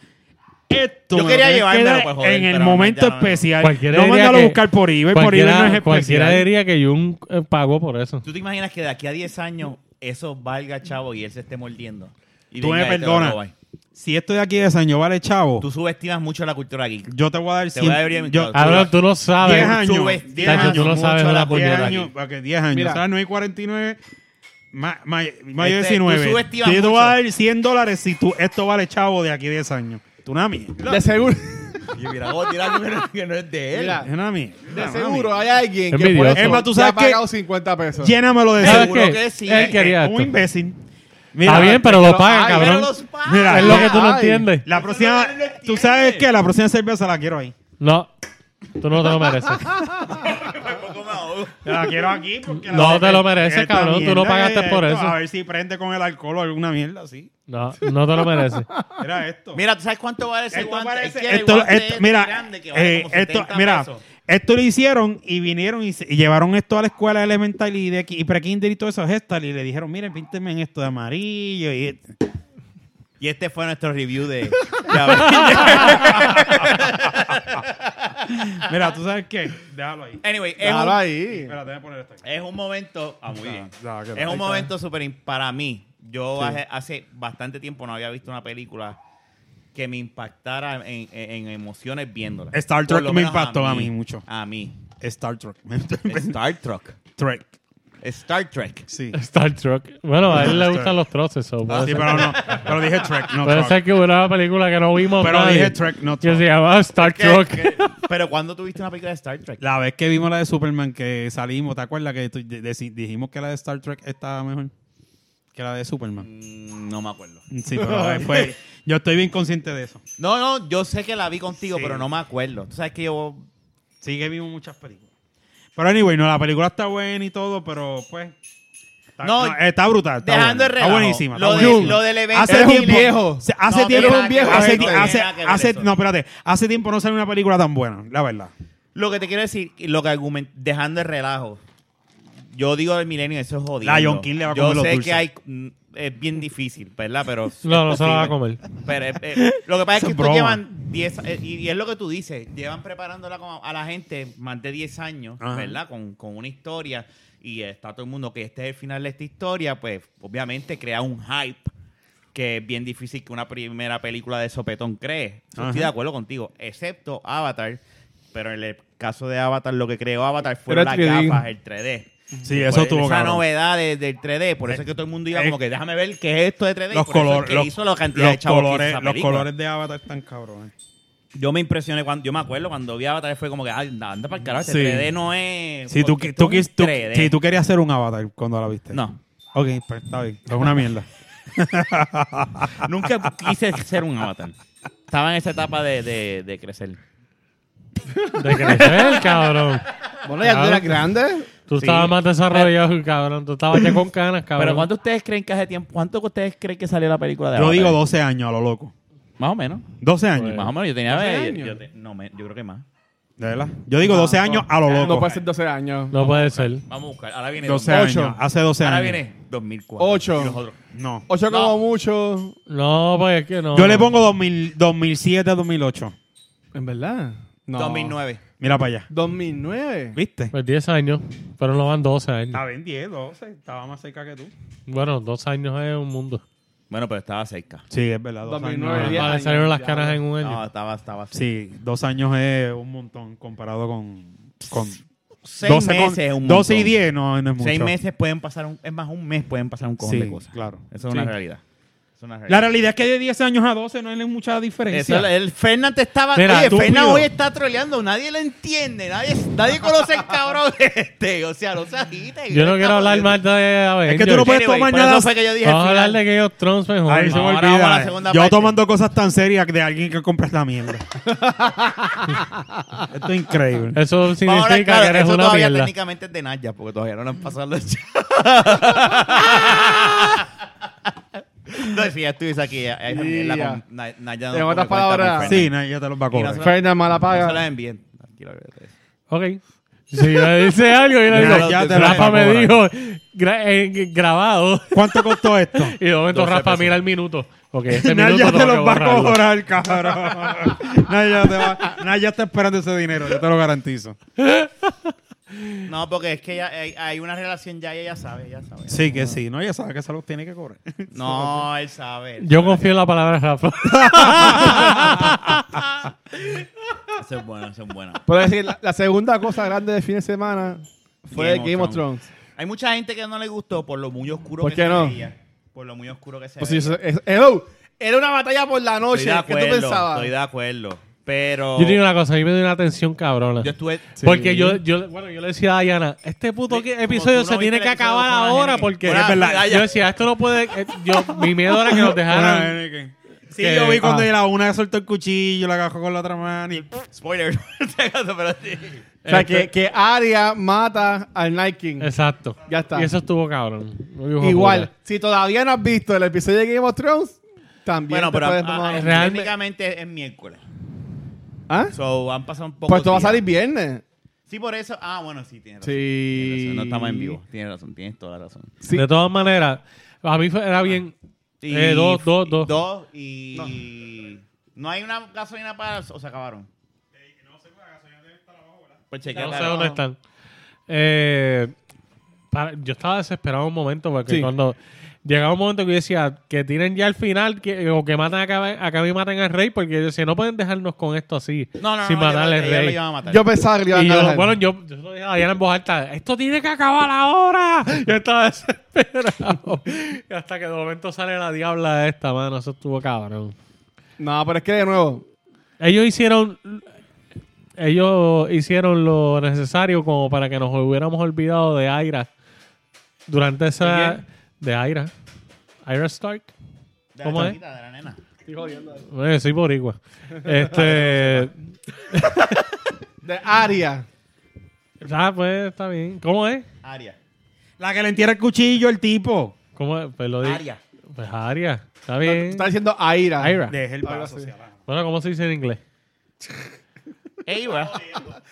Esto
Yo
me lo
quería
tienen que
llevármelo,
dar
pues, joder,
en el
pero
momento
ya no.
especial.
Cualquiera
no
diría
mandarlo a
que-
buscar por eBay, por eBay
cualquiera,
no es especial.
cualquiera diría que Jun eh, pagó por eso.
¿Tú te imaginas que de aquí a 10 años eso valga, chavo, y él se esté mordiendo? Y
Tú me
venga y te lo roba.
perdonas. Si esto de aquí de San vale, chavo,
Tú subestimas mucho la cultura geek.
yo te voy a dar
Te voy a
100
abrir mi
yo-
corazón.
Cabrón, tú no sabes.
10 años.
Subes- 10
10
Tacho, tú
años,
no sabes
mucho
una
la
puñeta.
10
puñeta.
años, ok, 10 años.
Mira.
O sea, 9 y 49, ma- ma- mayo
Este, tú
19.
subestimas
Yo te voy
mucho.
a dar 100 dólares si tú, esto vale chavo de aquí 10 años. Tú una mierda.
De seguro,
Y mira, vos tiras números que no es de él.
Mira,
Es una mierda.
de
una
seguro
mierda.
hay alguien que por
Envidioso.
eso
Emma, tú
ya
sabes
ha
que-
pagado 50 pesos.
Llénamelo de
¿Sabes
seguro. Eh,
Seguro
qué?
que sí.
Él quería
Un
esto.
imbécil.
Está bien, pero
pero-
lo paga,
ay,
cabrón.
Pero los padres.
Mira,
Es lo que tú no
Ay.
entiendes.
La próxima,
no lo entiende.
tú sabes que la próxima cerveza la quiero ahí.
No, tú no te lo mereces.
Tampoco me ahogo.
La quiero aquí porque la-
No te lo mereces,
Esta
cabrón, tú no
mierda
pagaste
que-
por
esto,
eso.
A ver si prende con el alcohol o alguna mierda así.
No, no te lo mereces.
Era esto.
Mira, ¿tú sabes cuánto vale ese
esto
guante?
parece-
Él quiere el
esto-
guante
esto-
este
mira,
grande que vale
eh,
como
esto,
70
mira,
pesos.
esto lo hicieron y vinieron y, se- y llevaron esto a la escuela elemental y, de, y prekinder y todo eso, gestal, y le dijeron, miren, píntenme en esto de amarillo y
Y este fue nuestro review de...
Mira, tú sabes qué, déjalo ahí.
anyway, es
Déjalo
un,
ahí.
Espérate, voy a poner esto aquí.
es un momento... Ah, muy bien.
Ya, que
Es
no.
un momento súper... im- Para mí, yo hace, hace bastante tiempo no había visto una película que me impactara en, en- en emociones viéndola.
Star
Por
Trek
lo
me
menos
impactó a mí mucho.
A mí.
Star Trek.
Star Trek.
Trek.
Star Trek.
Sí.
Star Trek. Bueno, a él le gustan los troces. so puede
Sí,
ser-
pero no. Pero dije Trek, no
Puede
Trek.
ser que hubiera una película que no vimos.
Pero
nadie,
dije Trek, no
Que
Trek.
se llamaba Star
¿Qué-
Trek.
qué- Pero ¿cuándo tuviste una película de Star Trek?
La vez que vimos la de Superman que salimos, ¿te acuerdas que tú- de- de- dijimos que la de Star Trek estaba mejor? que la de Superman.
Mm, No me acuerdo.
Sí, pero fue- yo estoy bien consciente de eso.
No, no, yo sé que la vi contigo,
Sí.
pero no me acuerdo. Tú sabes que yo.
Sí que vimos muchas películas. Pero anyway, no, la película está buena y todo, pero pues... Está,
No,
no, está brutal. Está,
dejando
buena.
el
Está
relajo.
buenísima. está
Lo de-
buenísima.
lo del evento
Hace
Eres un
tiempo-
viejo.
se- Hace
No,
tiempo...
tiene nada que ver
hace,
eso.
hace-
Tiene nada que ver
hace-
eso.
no, espérate. Hace tiempo no sale una película tan buena, la verdad.
Lo que te quiero decir, lo que argument, dejando el relajo. Yo digo del milenio, eso es jodido.
La John King le va a
Yo
comer los
sé
dulces.
que hay. mm, Es bien difícil, ¿verdad? Pero. es
No, no se la va a
posible.
comer.
Pero, eh, eh, lo que pasa es
Eso
que estos
es broma.
llevan 10 eh, y, y es lo que tú dices, llevan preparándola como a la gente más de 10 años,
Ajá.
¿verdad? Con, con una historia y está todo el mundo que este es el final de esta historia, pues obviamente crea un hype que es bien difícil que una primera película de sopetón cree. Yo
Ajá.
Estoy de acuerdo contigo, excepto Avatar, pero en el caso de Avatar lo que creó Avatar
Era
fueron las
3D.
gafas, el 3D.
Sí, eso
Fue
tuvo
pues, esa
cabrón.
novedad de- del 3D, por eso es que todo el mundo iba
eh,
como que déjame ver qué es esto de 3D. y
Los,
por eso es
color-
que
los,
hizo la cantidad de
los
chavos que hizo
colores,
esa
los
película.
colores de Avatar están cabrones.
Yo me impresioné cuando, yo me acuerdo cuando vi Avatar fue como que, ay, anda, anda para el carajo, este
Sí.
3D no es.
Si tú,
porque
qui- tú,
esto es
quis- tú-
un 3D.
si tú querías hacer un Avatar cuando la viste.
No,
Ok, pues está bien. Es una mierda.
nunca quise ser un Avatar. Estaba en esa etapa de, de, de crecer.
De crecer, cabrón.
Bueno, ya tú eras grande.
Tú
Sí.
estabas más desarrollado, cabrón. Tú estabas ya con canas, cabrón.
Pero ¿cuánto ustedes creen que hace tiempo, cuánto que ustedes creen que salió la película de
Yo
Avatar? Pues,
digo 12 años a lo loco.
Más o menos.
12 años.
Más o menos, yo tenía.
12
yo-
años.
yo te- no, me- yo creo que más.
De verdad. Yo
Ah,
digo 12 años a lo
No
loco.
puede ser 12 años.
No puede ser.
Vamos a buscar. Ahora viene.
12
dos-
Ocho.
años. Hace 12
Ahora
años.
viene 2004.
Ocho.
Y los otros.
No.
8
No.
como mucho.
No, pues es que no.
Yo le pongo 2000, 2007, 2008.
¿En verdad? No.
2009.
Mira para allá.
2009.
¿Viste?
Pues 10 años, pero no van 12 años.
bien 10, 12. Estaba más cerca que tú.
Bueno, 12 años es un mundo.
Bueno, pero estaba cerca.
Sí, es verdad. dos
2009,
años.
diez.
Vale,
años,
salieron las
ya.
canas en un año.
No, estaba, estaba cerca.
Sí, dos años es un montón comparado con... con
Seis
12 con-
meses es un
12 y
montón.
10 no, no es mucho.
Seis meses pueden pasar, un, es más, un mes pueden pasar un cojón
Sí,
de cosas.
claro.
Eso es
Sí.
una realidad. Es una
La
realidad.
realidad es que de 10 años a 12 no hay mucha diferencia.
Eso, el Fernan te estaba.
Mira,
oye,
estúpido.
Fernan hoy está troleando. Nadie lo entiende. Nadie, nadie conoce el cabrón este. O sea, no se agite.
Yo no quiero hablar más de Avengers.
Es que tú no puedes
Anyway,
tomar
por eso
nada-
fue que yo dije.
Vamos a
al
hablar
final.
de Game of Thrones mejor.
Ahí se me
Ahora
olvida.
vamos a la segunda
Yo
parte.
tomando cosas tan serias de alguien que compra esta mierda. Esto es increíble.
Eso
Vamos a
significa
hablar, claro,
que eres
eso
una
todavía
mierda.
técnicamente es de Naya, porque todavía no le han pasado los No, si ya estuviese aquí, ya- esa mierda
Ya.
con Na- Naya no
En
come
otras
cuenta con
palabras,
Fernan.
Sí, no, ya te los va a
Y
cobrar.
nosotros-
Fernan Malapaga.
No se las envíen. Tranquilo, olvídate.
Ok. Si yo dice algo, yo le
Ya,
digo,
ya te la
Rafa me
cobran.
dijo gra- eh, grabado.
¿Cuánto costó esto?
Y de momento
12
Rafa
pesos.
mira el minuto. Ok, este minuto
Naya te
tengo que
los va a
borrarlo.
cobrar, cabrón. Naya, te va- Naya está esperando ese dinero, yo te lo garantizo.
No, porque es que ya hay, hay una relación ya y ella sabe, ella sabe.
Sí, que sí. No, ya sabe que se los tiene que cobrar.
No, él sabe. él
Yo confío en la palabra de Rafa.
sabe. Eso es bueno, eso es bueno.
Puedo decir, la, la segunda cosa grande de fin de semana fue
Game
Game,
of
of Thrones.
Hay mucha gente que no le gustó por lo muy oscuro
¿Por
que
qué
se
no?
veía. Por lo muy oscuro que se
Pues sí,
veía.
eso- es- hello, era una batalla por la noche.
estoy de
¿Qué
acuerdo,
tú pensabas?
estoy de acuerdo. Pero
Yo digo una cosa, a mí me dio una tensión cabrona.
yo estuve...
Porque yo, yo, bueno, yo le decía a Dayana, este puto que-
Como
episodio
tú no
se tiene
viste
que
el episodio
acabar
con la
ahora
gente.
porque
Hola,
es verdad.
Dayana.
Yo decía, esto no puede. eh, Yo, mi miedo era que nos dejaran.
Ah,
eh,
Sí, yo vi
Eh,
cuando
ah.
la una soltó el cuchillo, la agarró con la otra mano y...
Spoiler. pero sí.
O sea,
este
que, que Arya mata al Night King.
Exacto.
Ya está.
Y eso estuvo cabrón. Hijo de
Igual,
puta.
si todavía no has visto el episodio de Game of Thrones, también
Bueno,
te
pero
puedes
ah,
mamar.
ah,
Realmente-
técnicamente es miércoles.
¿Ah?
So, han pasado un poco
Pues esto va a salir viernes.
Sí, por eso... Ah, bueno, sí, tienes razón.
Sí.
Tienes razón, No estamos en vivo. Tienes razón, tienes toda la razón.
Sí.
De todas maneras, a mí fue- era bien.
Y-
Eh, dos, dos, dos.
y. No. hay una gasolina para. O se acabaron. Pues chequea.
No sé
la-
dónde están. Eh, para- yo estaba desesperado un momento porque
Sí.
cuando llegaba un momento que yo decía que tiren ya al final que, o que matan a Cab- a Cabo y maten al rey porque yo decía, no pueden dejarnos con esto así
No, no,
sin
no,
matar
ella-
al
ella lo
rey.
iban a matar.
Yo pensaba que le iban
Y
a
yo,
dejar.
bueno, yo, yo se lo dije a Diana en voz alta, esto tiene que acabar ahora. Yo estaba desesperado. Y hasta que de momento sale la diabla esta, mano. Eso estuvo cabrón.
No, pero es que de nuevo,
Ellos hicieron. Ellos hicieron lo necesario como para que nos hubiéramos olvidado de Aira. Durante esa. ¿De, Aira. Iron Stark.
De
¿Cómo
la
es?
chiquita, De la nena.
Eh, soy boricua. Este.
De Aria.
ah, pues está bien. ¿Cómo es?
Aria.
La que le entierra el cuchillo el tipo.
¿Cómo es? Pues lo digo.
Aria.
Pues Aria. Está
Tú
bien.
estás diciendo Aira.
Eh, Aira.
Deja el
Algo
paso
así.
hacia abajo.
Bueno, ¿cómo se dice en inglés?
Aira.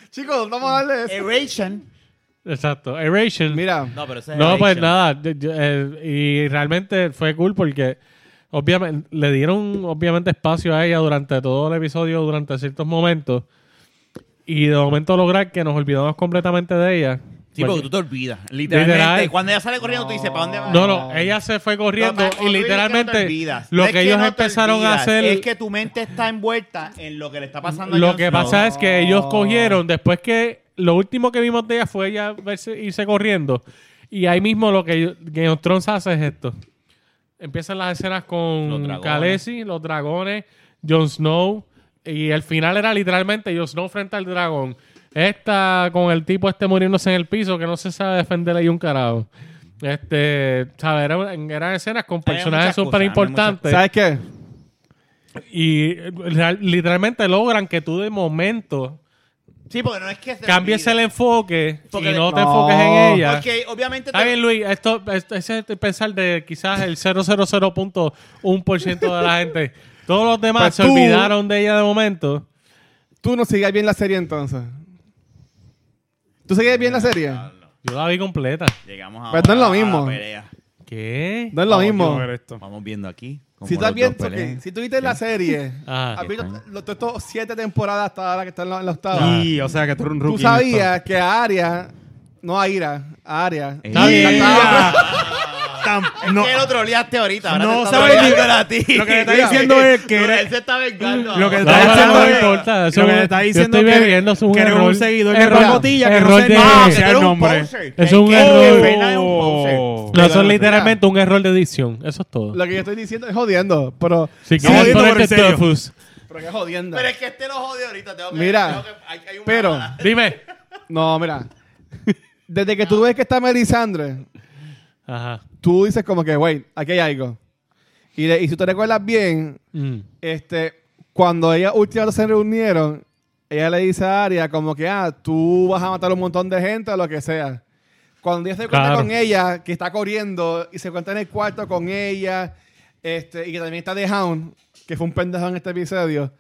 Chicos, vamos a darle eso.
Aeration.
Exacto. Eration.
Mira,
No, pero ese es
No, pues
Aeration.
nada. yo- yo, eh, y realmente fue cool porque obviamente le dieron obviamente espacio a ella durante todo el episodio, durante ciertos momentos. Y de momento lograr que nos olvidamos completamente de ella.
Sí, porque tú
Porque-
te olvidas. Literalmente.
Literal.
Cuando ella sale corriendo, tú dices, ¿para dónde vas?
No, no, ella se fue corriendo
No, pa-
y
cuando tú dices que no te
literalmente
olvidas,
lo
no
que
es
ellos
no te
empezaron a
olvidas,
hacer,
Es que tu mente está envuelta en lo que le está pasando a
lo
Jon
que
Snow.
pasa es que ellos cogieron, después que lo último que vimos de ella fue ella verse- irse corriendo. Y ahí mismo lo que Game of Thrones hace es esto. Empiezan las escenas
Los
con
dragones.
Khaleesi, los dragones, Jon Snow. Y el final era literalmente Jon Snow frente al dragón. Esta con el tipo este muriéndose en el piso que no se sabe defender ahí un carajo. Este, ¿sabes? Era- Eran, escenas con personajes
muchas cosas,
súper importantes.
¿sabes qué?
Y eh, real- literalmente logran que tú de momento
Sí, porque no es que se
cambies el
olvide.
enfoque
Porque
y
de-
no te
No.
enfoques en ella.
Porque obviamente...
Está
te-
bien, Luis, esto, esto- ese es el pensar de quizás el 000.1% de la gente. Todos los demás
Pues
se
tú-
olvidaron de ella de momento.
Tú no seguías bien la serie entonces. ¿Tú seguías bien la serie?
Yo la vi completa.
Llegamos ahora
Pero no es lo
a la
mismo.
pelea.
¿Qué?
No es lo
Vamos,
mismo.
quiero ver esto.
Vamos viendo aquí. cómo
Si estás
los
bien,
dos pelean.
ok, si tú viste la serie,
Ah.
has visto lo- todos estos siete temporadas hasta ahora que están en la- en la octava.
Y, o sea, que tú eres un
Tú
rookie. en esto.
sabías que a Aria, no a Ira, a Aria.
Eh,
Está bien.
Ya. Tam- no.
Que lo troleaste ahorita. Ahora
No
te está
sabe ni-
troleando a ti.
lo que le está diciendo es que
No,
eres-
Él se está vengando.
Lo que
ahora.
No,
está
no,
diciendo
no
es-
importa. Eso
lo que
es-
le está
yo
diciendo
estoy
es que-
bebiendo, eso es
que eres un
error.
seguidor de
Error-
Pacotilla, que no
error
se-
de-
Ah,
que tú eres
el
un
nombre.
poser,
Es
que-
un
que
error.
Fernan es un poser.
Oh.
No, eso es literalmente un error de edición. Eso es todo.
Lo que yo estoy diciendo es jodiendo, pero.
Si
Estamos
quieres
viendo,
ponerte
pero en serio.
tofus.
Pero que es jodiendo.
Pero es que este lo jode ahorita. tengo que-
Mira,
tengo que- hay- hay una
pero-
bala.
Dime.
No, mira. Desde que tú ves que está Melisandre,
Ajá.
tú dices como que, wait, aquí hay algo. Y, de- y si tú te recuerdas bien,
Mm.
este, cuando ella última vez se reunieron, ella le dice a Aria como que, ah, tú vas a matar a un montón de gente o lo que sea. Cuando ella se cuenta
Claro.
con ella, que está corriendo, y se cuenta en el cuarto con ella, este, y que también está The Hound, que fue un pendejo en este episodio.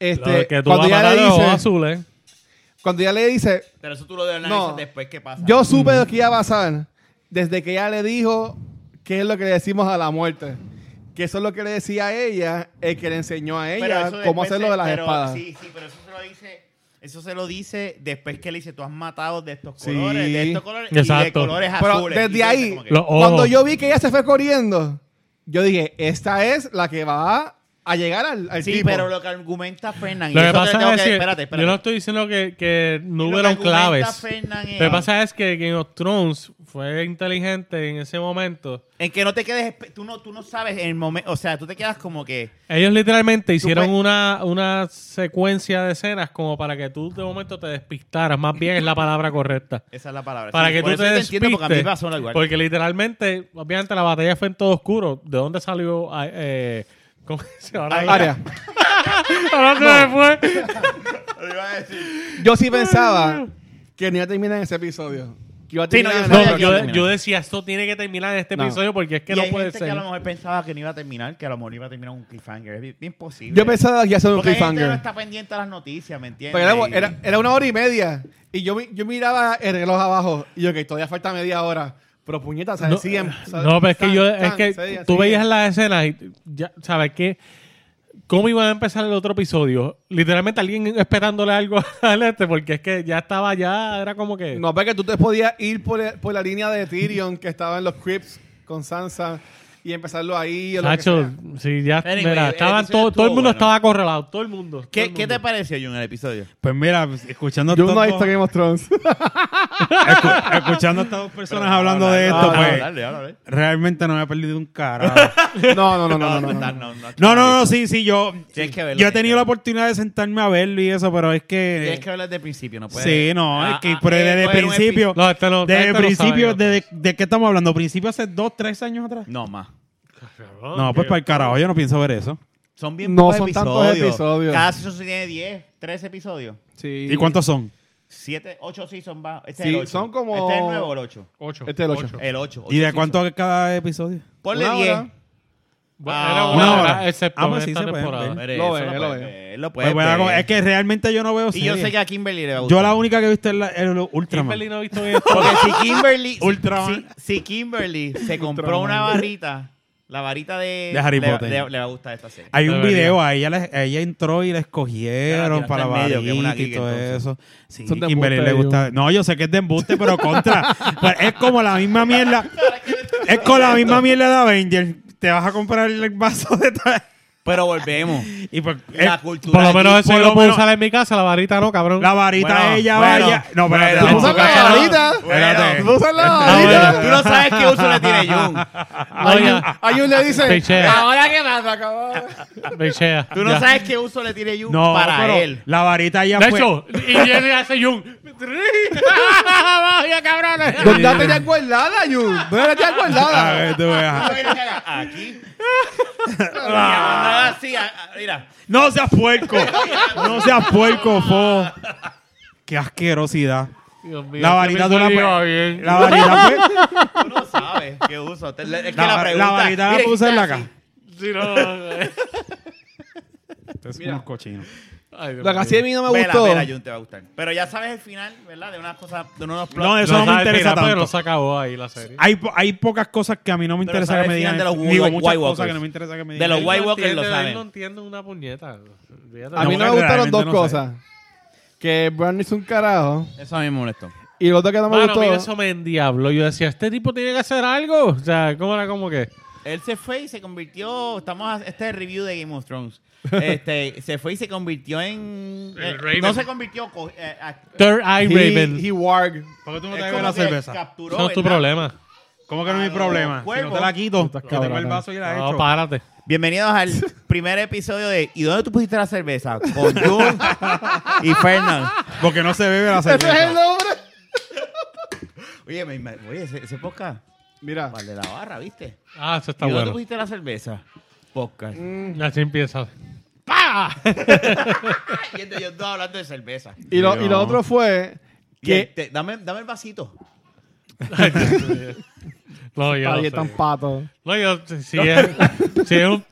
Este,
Lo que tú vas a
cuando, ella
matar
le
a los ojos
dice,
azules.
cuando ella le dice,
Pero eso tú lo analizas
No.
después que pasa.
yo supe lo que iba a pasar desde que ella le dijo qué es lo que le decimos a la muerte. Que eso es lo que le decía a ella, el que le enseñó a
Pero
ella
eso
cómo
después
hacerlo
se-
de las
pero-
espadas.
Sí, sí, pero eso se lo dice. Eso se lo dice después que le dice, tú has matado de estos
Sí.
colores, de estos colores y de
Exacto.
colores
Pero
azules.
desde
Y tú dices
ahí-
como que-
Los ojos.
Cuando yo vi que ella se fue corriendo, yo dije, esta es la que va a llegar al, al
sí,
tipo.
pero lo que argumenta Fernan. y
Lo que
eso te tengo
pasa es
que-
que
Espérate, espérate.
yo no estoy diciendo que, que no
Lo que
hubieron
argumenta
claves.
Fernan es-
Lo que pasa es que Game of Thrones fue inteligente en ese momento.
En que no te quedes. espe- Tú no, tú no sabes en el momento. O sea, tú te quedas como que.
Ellos literalmente hicieron
puedes-
una, una secuencia de escenas como para que tú de momento te despistaras. Más bien es la palabra correcta.
Esa es la palabra.
Para
Sí,
que
por
tú te
eso yo entiendo, porque a mí me
despistes.
pasó algo igual.
Porque literalmente, obviamente la batalla fue en todo oscuro. ¿De dónde salió? ah, Eh, ¿Cómo se llama? Ahora-
Aria,
ahora se me fue.
Lo iba a decir.
yo sí pensaba que no iba a terminar en ese episodio. Que iba a
Sí, no,
terminar
yo
en
sabía
No,
otro
que
episodio.
iba a
yo,
terminar.
yo decía, esto tiene que terminar en este
No.
episodio porque es que
Y
no
hay
puede
gente que
ser.
a lo mejor pensaba que no iba a terminar, que a lo mejor iba a terminar un cliffhanger. Es bien- bien posible.
Yo pensaba que iba a ser un
Porque la gente no
cliffhanger.
está pendiente a las noticias, ¿me entiendes?
Pero era,
Y-
era- era una hora y media. Y yo, mi- yo miraba el reloj abajo. Y yo, que todavía falta media hora. Pero puñetas, ¿sabes?
No, eh,
Siguen, ¿sabes?
No, pero es que
Tan,
yo,
tan,
es que
siguen,
tú
siguen.
veías las escenas y ya, ¿sabes qué? ¿Cómo iba a empezar el otro episodio? Literalmente alguien esperándole algo al este, porque es que ya estaba ya, era como que...
No, pero es que tú te podías ir por, el- por la línea de Tyrion que estaba en los Crips con Sansa y empezarlo ahí. O lo que
Nacho,
sea.
sí, ya,
Anyway,
mira,
el
estaban
episodio
todo, todo el
estuvo
mundo
bueno.
estaba acorralado, todo el mundo. todo el
¿Qué, ¿Qué
mundo.
te pareció, Jun, el episodio?
Pues mira, escuchando,
Yo
estos
no he
dos-
visto Game of Thrones.
escu- escuchando a estas dos personas hablando de esto,
Dale,
pues
dale, dale.
realmente no me he perdido un carajo.
no, no, no, no, no,
No,
no, no.
no, no.
No, no, no, sí, sí, yo,
Tienes que verlo,
yo
tienes que
he tenido la
verlo.
oportunidad de sentarme a verlo y eso, pero es que...
Tienes que hablar desde el principio, no puedes.
sí, no,
Ah,
es que
ah,
pero
eh,
desde el
fue un epi-
principio...
No, este no-
desde
este
el
no sabe,
principio,
no.
de, ¿de qué estamos hablando? ¿Principio hace dos, tres años atrás?
No, más.
No, pues para el carajo, yo no pienso ver eso.
Son bien
No
pocos
son
episodios.
tantos episodios.
Cada season tiene 10, 13 episodios.
Sí.
¿Y cuántos son?
7, 8 seasons va. Este
Sí,
es el 8.
son como-
Este es el 9 o el 8.
Ocho.
Este es el ocho.
El 8.
¿Y de cuánto es cada episodio?
Ponle
Una
10.
hora.
Bueno,
Ah,
era
una
una
hora.
hora, excepto
Ah,
en
pues sí
esta
se pueden
temporada.
ver.
Pero
Lo
eso
ve,
lo
lo
puede
ve.
ver, Lo
Pues
puede
voy a- es
ver.
que realmente yo no veo
Y yo
series.
sé que a Kimberly le va a gustar.
Yo la única que he visto es la, el Ultraman.
Kimberly no ha visto bien.
Porque si Kimberly. si-
Ultraman.
Si, si Kimberly se compró una varita, la varita de.
De Harry
le,
Potter.
Le, le va a gustar esta serie.
Hay un
Debería.
video, a ella, les- a ella entró y la
Ya la
escogieron
tiraste
para la
en medio, que es una
varita y
geek,
todo
entonces.
eso. Sí,
Son de
Kimberly
embuste,
le gusta. No, yo sé que es de embuste, pero contra. Pues es como la misma mierda. Es con la misma mierda de Avenger. Te vas a comprar el vaso de tal.
Pero volvemos.
Y pues,
La
es-
cultura.
Por lo menos
geek,
eso
por
yo
lo
lo puedo
menos-
usar en mi casa, la varita no, cabrón.
la varita
Bueno,
ella
bueno,
vaya. No,
bueno.
espérate.
¿Tú
Bueno,
usas la
bueno,
varita?
bueno.
Espérate.
¿Tú usas la
Ah, bueno.
varita?
Tú no sabes qué uso le tiene Jun.
No, ya.
Hay un le dice,
Pichea.
ahora qué pasa, cabrón.
Pichea.
Tú no
Ya.
sabes qué uso le tiene Jun
No, pero
para él.
La varita ella
De
fue.
hecho, y Jenny hace Jung. ¡Vaya, cabrón!
¿Dónde la tenías guardada, Yu? ¿Dónde la tenías
A
guardada?
ver, tú veas.
¿Qué quieres que haga? Aquí. Ah, sí, ah, ah, mira.
No seas puerco. No seas puerco, fo. Qué asquerosidad.
Dios mío,
La varita
este
pues. tú la
episodio va
puedes.
bien.
La varita pues.
Tú no sabes qué uso. Te- le- Es que
La,
la,
va-
pregunta.
la varita la
mira,
puse en la
está
caja.
Sí, no, no, no.
Es unos cochinos.
Ay, Dios
La
mío.
casi a mí no me
Vela,
gustó.
vela, Jun, te va a gustar. Pero ya sabes el final, ¿verdad? De unas cosas, de unos plots.
No, eso
Lo
no me
sabe
interesa
Pilar, pero
tanto.
no se acabó ahí la serie.
Hay, po- hay pocas cosas que a mí no me
Pero
interesa
sabe
que me
el
digan.
final de los
esto. Digo,
White-
muchas
White
cosas
Walkers.
que no me interesa que me
De
digan.
los
Él
White
no
Walkers lo
entiende,
saben.
Él no entiende una puñeta. Olvídate.
A mí
No,
no me gustaron
realmente
dos
no sé.
cosas. Que Brandon hizo un carajo.
Eso a mí me molestó.
Y lo otro que no me
Mano, a mí
gustó.
eso me endiablo. Yo decía, este tipo tiene que hacer algo. O sea, ¿cómo era como que?
Él se fue y se convirtió. Estamos a este es el review de Game of Thrones. Este, se fue y se convirtió en.
El
eh,
Raven.
no se convirtió. co- eh, a-
Third Eye Raven.
He, he warg.
¿Por qué tú no
es
te bebes
como
la
que Ah,
cerveza?
capturó,
Eso no es tu
¿verdad?
problema.
¿Cómo que no es mi
Claro,
problema? Si no
huevo.
te la quito,
Estás
que tengo el
cabrón.
vaso y la he
No,
hecho.
párate.
Bienvenidos al primer episodio de ¿Y dónde tú pusiste la cerveza? Con Jun y Fernan.
Porque no se bebe la
Ese es el
cerveza.
nombre.
Oye, me- me- oye ese, ese podcast,
Mira.
vale la barra, ¿viste?
Ah, eso está
¿Y dónde tú
bueno.
pusiste la cerveza? Podcast.
Así empieza.
Y entre ellos dos hablando de cerveza.
Y lo, y lo
Dios.
otro fue
Y
que.
el te- dame, dame el vasito.
No, yo no
Ay,
sé.
tan pato.
No, yo, si es, si es un,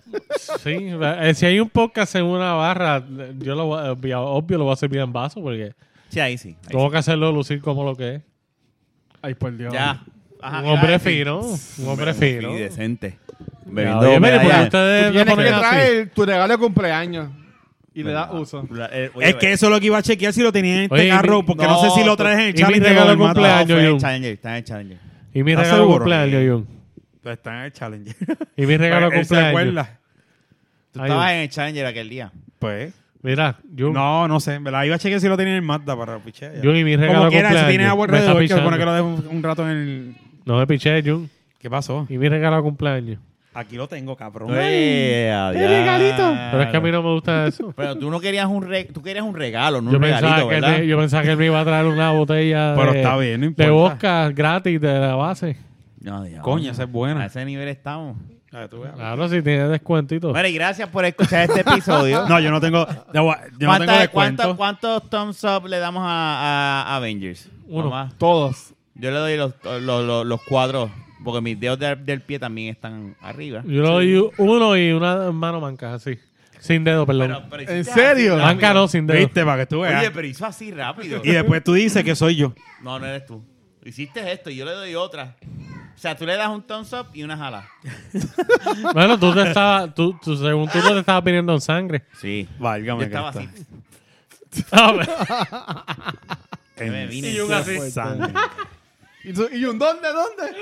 sí, eh, si hay un podcast en una barra, yo lo voy a- obvio, obvio lo voy a servir en vaso porque
Sí, ahí sí. ahí
tengo que hacerlo lucir como lo que es.
Ay, por Dios.
sí. Ya. Ajá,
Un
iba a
hombre
decir.
fino, un hombre fino.
Y decente.
Ya,
Bebiendo
oye, mire,
medalla.
porque
Tú
ustedes me
tienes que
ponen así.
traer tu regalo de cumpleaños. Y le das
Verdad.
uso.
La- eh, oye,
Es que eso es lo que iba a chequear si lo tenía en este
Oye, y mi-
carro, porque no,
no,
sé si lo
tú-
traes en el
y mi
Challenger
regalo
o en el Mata.
cumpleaños.
fue en
Jun.
el Challenger, está en el Challenger.
Y mi
¿Estás
regalo de
seguro?
cumpleaños, Jun.
Está en el Challenger.
Y mi regalo de
eh, Él se
cumpleaños.
acuerda.
Tú
Ay,
estabas
Jun.
en el Challenger aquel día.
Pues.
Mira, Jun.
No, no sé. en ¿Verdad? Iba a chequear si lo tenía en el Mazda para pichear.
Jun y mi regalo
Como
de
quiera,
cumpleaños.
si tiene agua
Me está
alrededor, que se
pichando.
supone que lo dejo un, un rato en el.
No me piché, Jun.
¿Qué pasó?
Y mi regalo de cumpleaños.
Aquí lo tengo, cabrón.
¡Eh,
¡Qué
Pero es que a mí no me gusta eso.
Pero tú no querías un re- tú querías un regalo, no
Yo
un
pensaba,
regalito,
que él
¿verdad?
me, yo pensaba que él me iba a traer una botella
Pero
de,
está bien, no
de
importa.
vodka gratis de la base.
No, Dios.
Coño, esa es
A
buena.
ese nivel estamos.
Claro, si tiene descuentito.
Bueno, y gracias por escuchar este
Ah.
episodio.
No, yo no tengo. Yo no tengo
¿Cuántas- cuántos-
descuento.
¿Cuántos thumbs up le damos a, a Avengers?
Uno.
Mamá,
Todos.
Yo le doy los, los, los- los cuadros, porque mis dedos de- del pie también están arriba.
Yo le doy uno y una mano manca, así. Sin dedo, perdón.
hiciste
¿En
así
serio?
rápido.
manca no, sin dedo.
Viste, para que tú veas.
Oye, pero hizo así rápido.
y después tú dices que soy yo.
No, no eres tú. Hiciste esto y yo le doy otra. O sea, tú le das un thumbs up y una jala.
Bueno, tú te estabas, tú, tú, según tú, tú te estabas pidiendo en sangre.
Sí.
Válgame.
Yo estaba así.
Cristo.
Yo me vine.
En
Y un
así.
sangre.
¿Y, tú- y un dónde? ¿Dónde?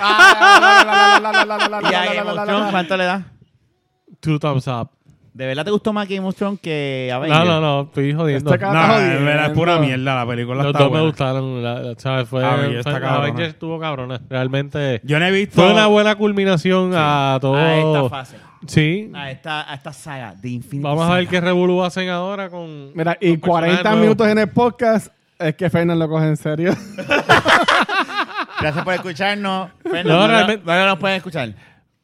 Ah, la, la, la, la, la, la, la,
Y a
la, la,
Game
la,
of
la,
Thrones,
la, la.
¿cuánto le das?
Two thumbs up.
¿De verdad te gustó más Game of Thrones que Avengers?
No, no, no, estoy jodiendo.
Está
No,
cabrón. Estás
en verdad es
jodiendo.
pura mierda la película.
Los
está
dos me
buena.
gustaron, la- la- ¿sabes? Fue,
Avengers
fue-
Ah, está cabrona.
Avengers estuvo cabrona. Realmente
Yo no Ah, he visto.
fue una buena culminación a todo.
A esta fase.
Sí.
A esta, a esta saga de Infinity
Vamos a ver
Saga.
qué revolú hacen ahora con.
Mira, y
con personajes
40
nuevos.
minutos en el podcast. Es que Fernan lo coge en serio.
Gracias por escucharnos. Fernan,
No,
no, no,
realmente-
no nos pueden escuchar.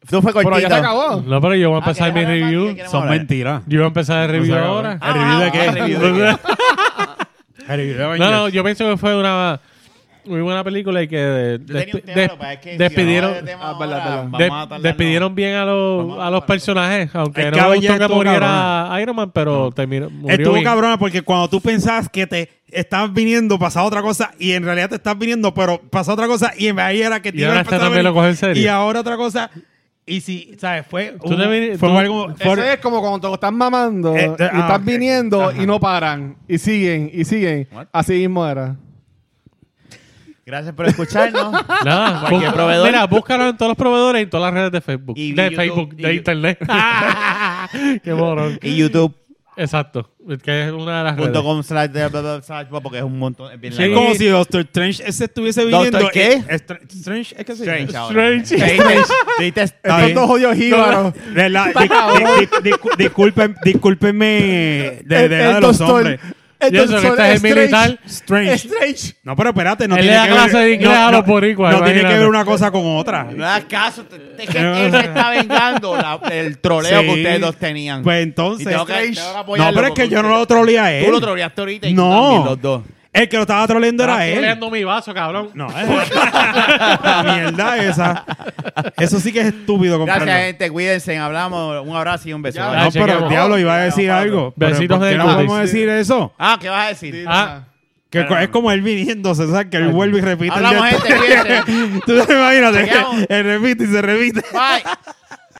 Tú fue cortito.
Pero ya se acabó.
No, pero yo voy a
Ah,
empezar
¿quieres
mi
hablar más?
review.
¿Qué queremos
Son
hablar?
mentiras.
Yo voy a empezar el review ahora.
Ah,
¿El review de
ah,
qué?
ah, ¿review de qué?
El review de
No,
Avengers.
no, yo pienso que fue una muy buena película y que de-
Yo tenía un
despi-
tema,
des-
pero para- es que si
despidieron
hablamos de tema
Ah, verdad,
ahora,
verdad.
vamos
des-
a tardarnos.
despidieron bien a los,
Vamos a
a los
hablar.
personajes, aunque
Es
no
que
me
Avengers
gustó que
estuvo
muriera Iron Man, pero terminó, murió
Estuvo
bien.
cabrona porque cuando tú pensabas que te estás viniendo, pasaba otra cosa y en realidad te estás viniendo, pero pasaba otra cosa y en ahí era que te
Y
iba a
ahora esta
empezar a
también
venir.
lo coge en serio.
Y ahora otra cosa. Y si, ¿sabes? Fue,
Tú te vini-
fue
tú-
algo. fue-
Eso es como cuando te lo están mamando
Eh,
y
eh, ah,
estás
ok.
viniendo
Ajá.
y no paran. Y siguen, y siguen.
What?
Así mismo era.
Gracias por escucharnos.
Nada,
Cualquier
busca-
proveedor.
Mira, búscalo en todos los proveedores y en todas las redes de Facebook.
Y
de
YouTube,
Facebook,
y
de
yo-
internet. Qué morón.
y YouTube.com
Exacto. es Que es una de las redes.
slash de- bla, bla, slash, porque es un montón. Es bien
Sí,
es
largo.
como si Doctor Strange ese estuviese viniendo.
¿Doctor qué?
Eh, Str- Strange, es que se dice?
Strange ahora.
Strange.
Strange. Dijiste
Está bien.
Estos
Strange.
dos odios jíbaros.
De la- di- di- di- di- disculpen- discúlpenme de, de, de,
El
los
doctor-
hombres.
el
Y eso que este
doctor
es el
Strange-
militar.
Strange.
Strange.
No, pero espérate, no
Él le
tiene
da
que
clase de
ver,
inglés
no,
a los
no-
boricuas,
no tiene que
imagínate.
ver una cosa con otra.
No hagas caso. te- te- Es que él se está vengando la- el troleo que
Sí.
ustedes dos tenían.
Pues
Y
entonces.
tengo que-
Strange.
tengo que
no,
apoyarlo
pero es que
porque
yo no
usted-
lo troleé a él.
Tú lo troleaste ahorita y tú
No.
también, los dos.
El que lo estaba troleando era
Estás
él.
peleando mi vaso, cabrón.
No, es- la mierda esa. Eso sí que es estúpido comprarlo.
Gracias, gente. Cuídense. Hablamos. Un abrazo y un beso.
Ya,
Bye.
No, pero el
chequeamos.
diablo iba a decir
Vamos,
algo. pero
Besitos
¿por qué
de
no
cutis.
vamos a decir eso?
Ah, ¿qué vas a decir?
Ah,
Que co- es como él viniéndose, ¿sabes? Que él vuelve y repite. el
Hablamos,
gesto.
gente, cuídense.
Tú te imaginas,
Chequeamos.
él repite y se repite.
Bye.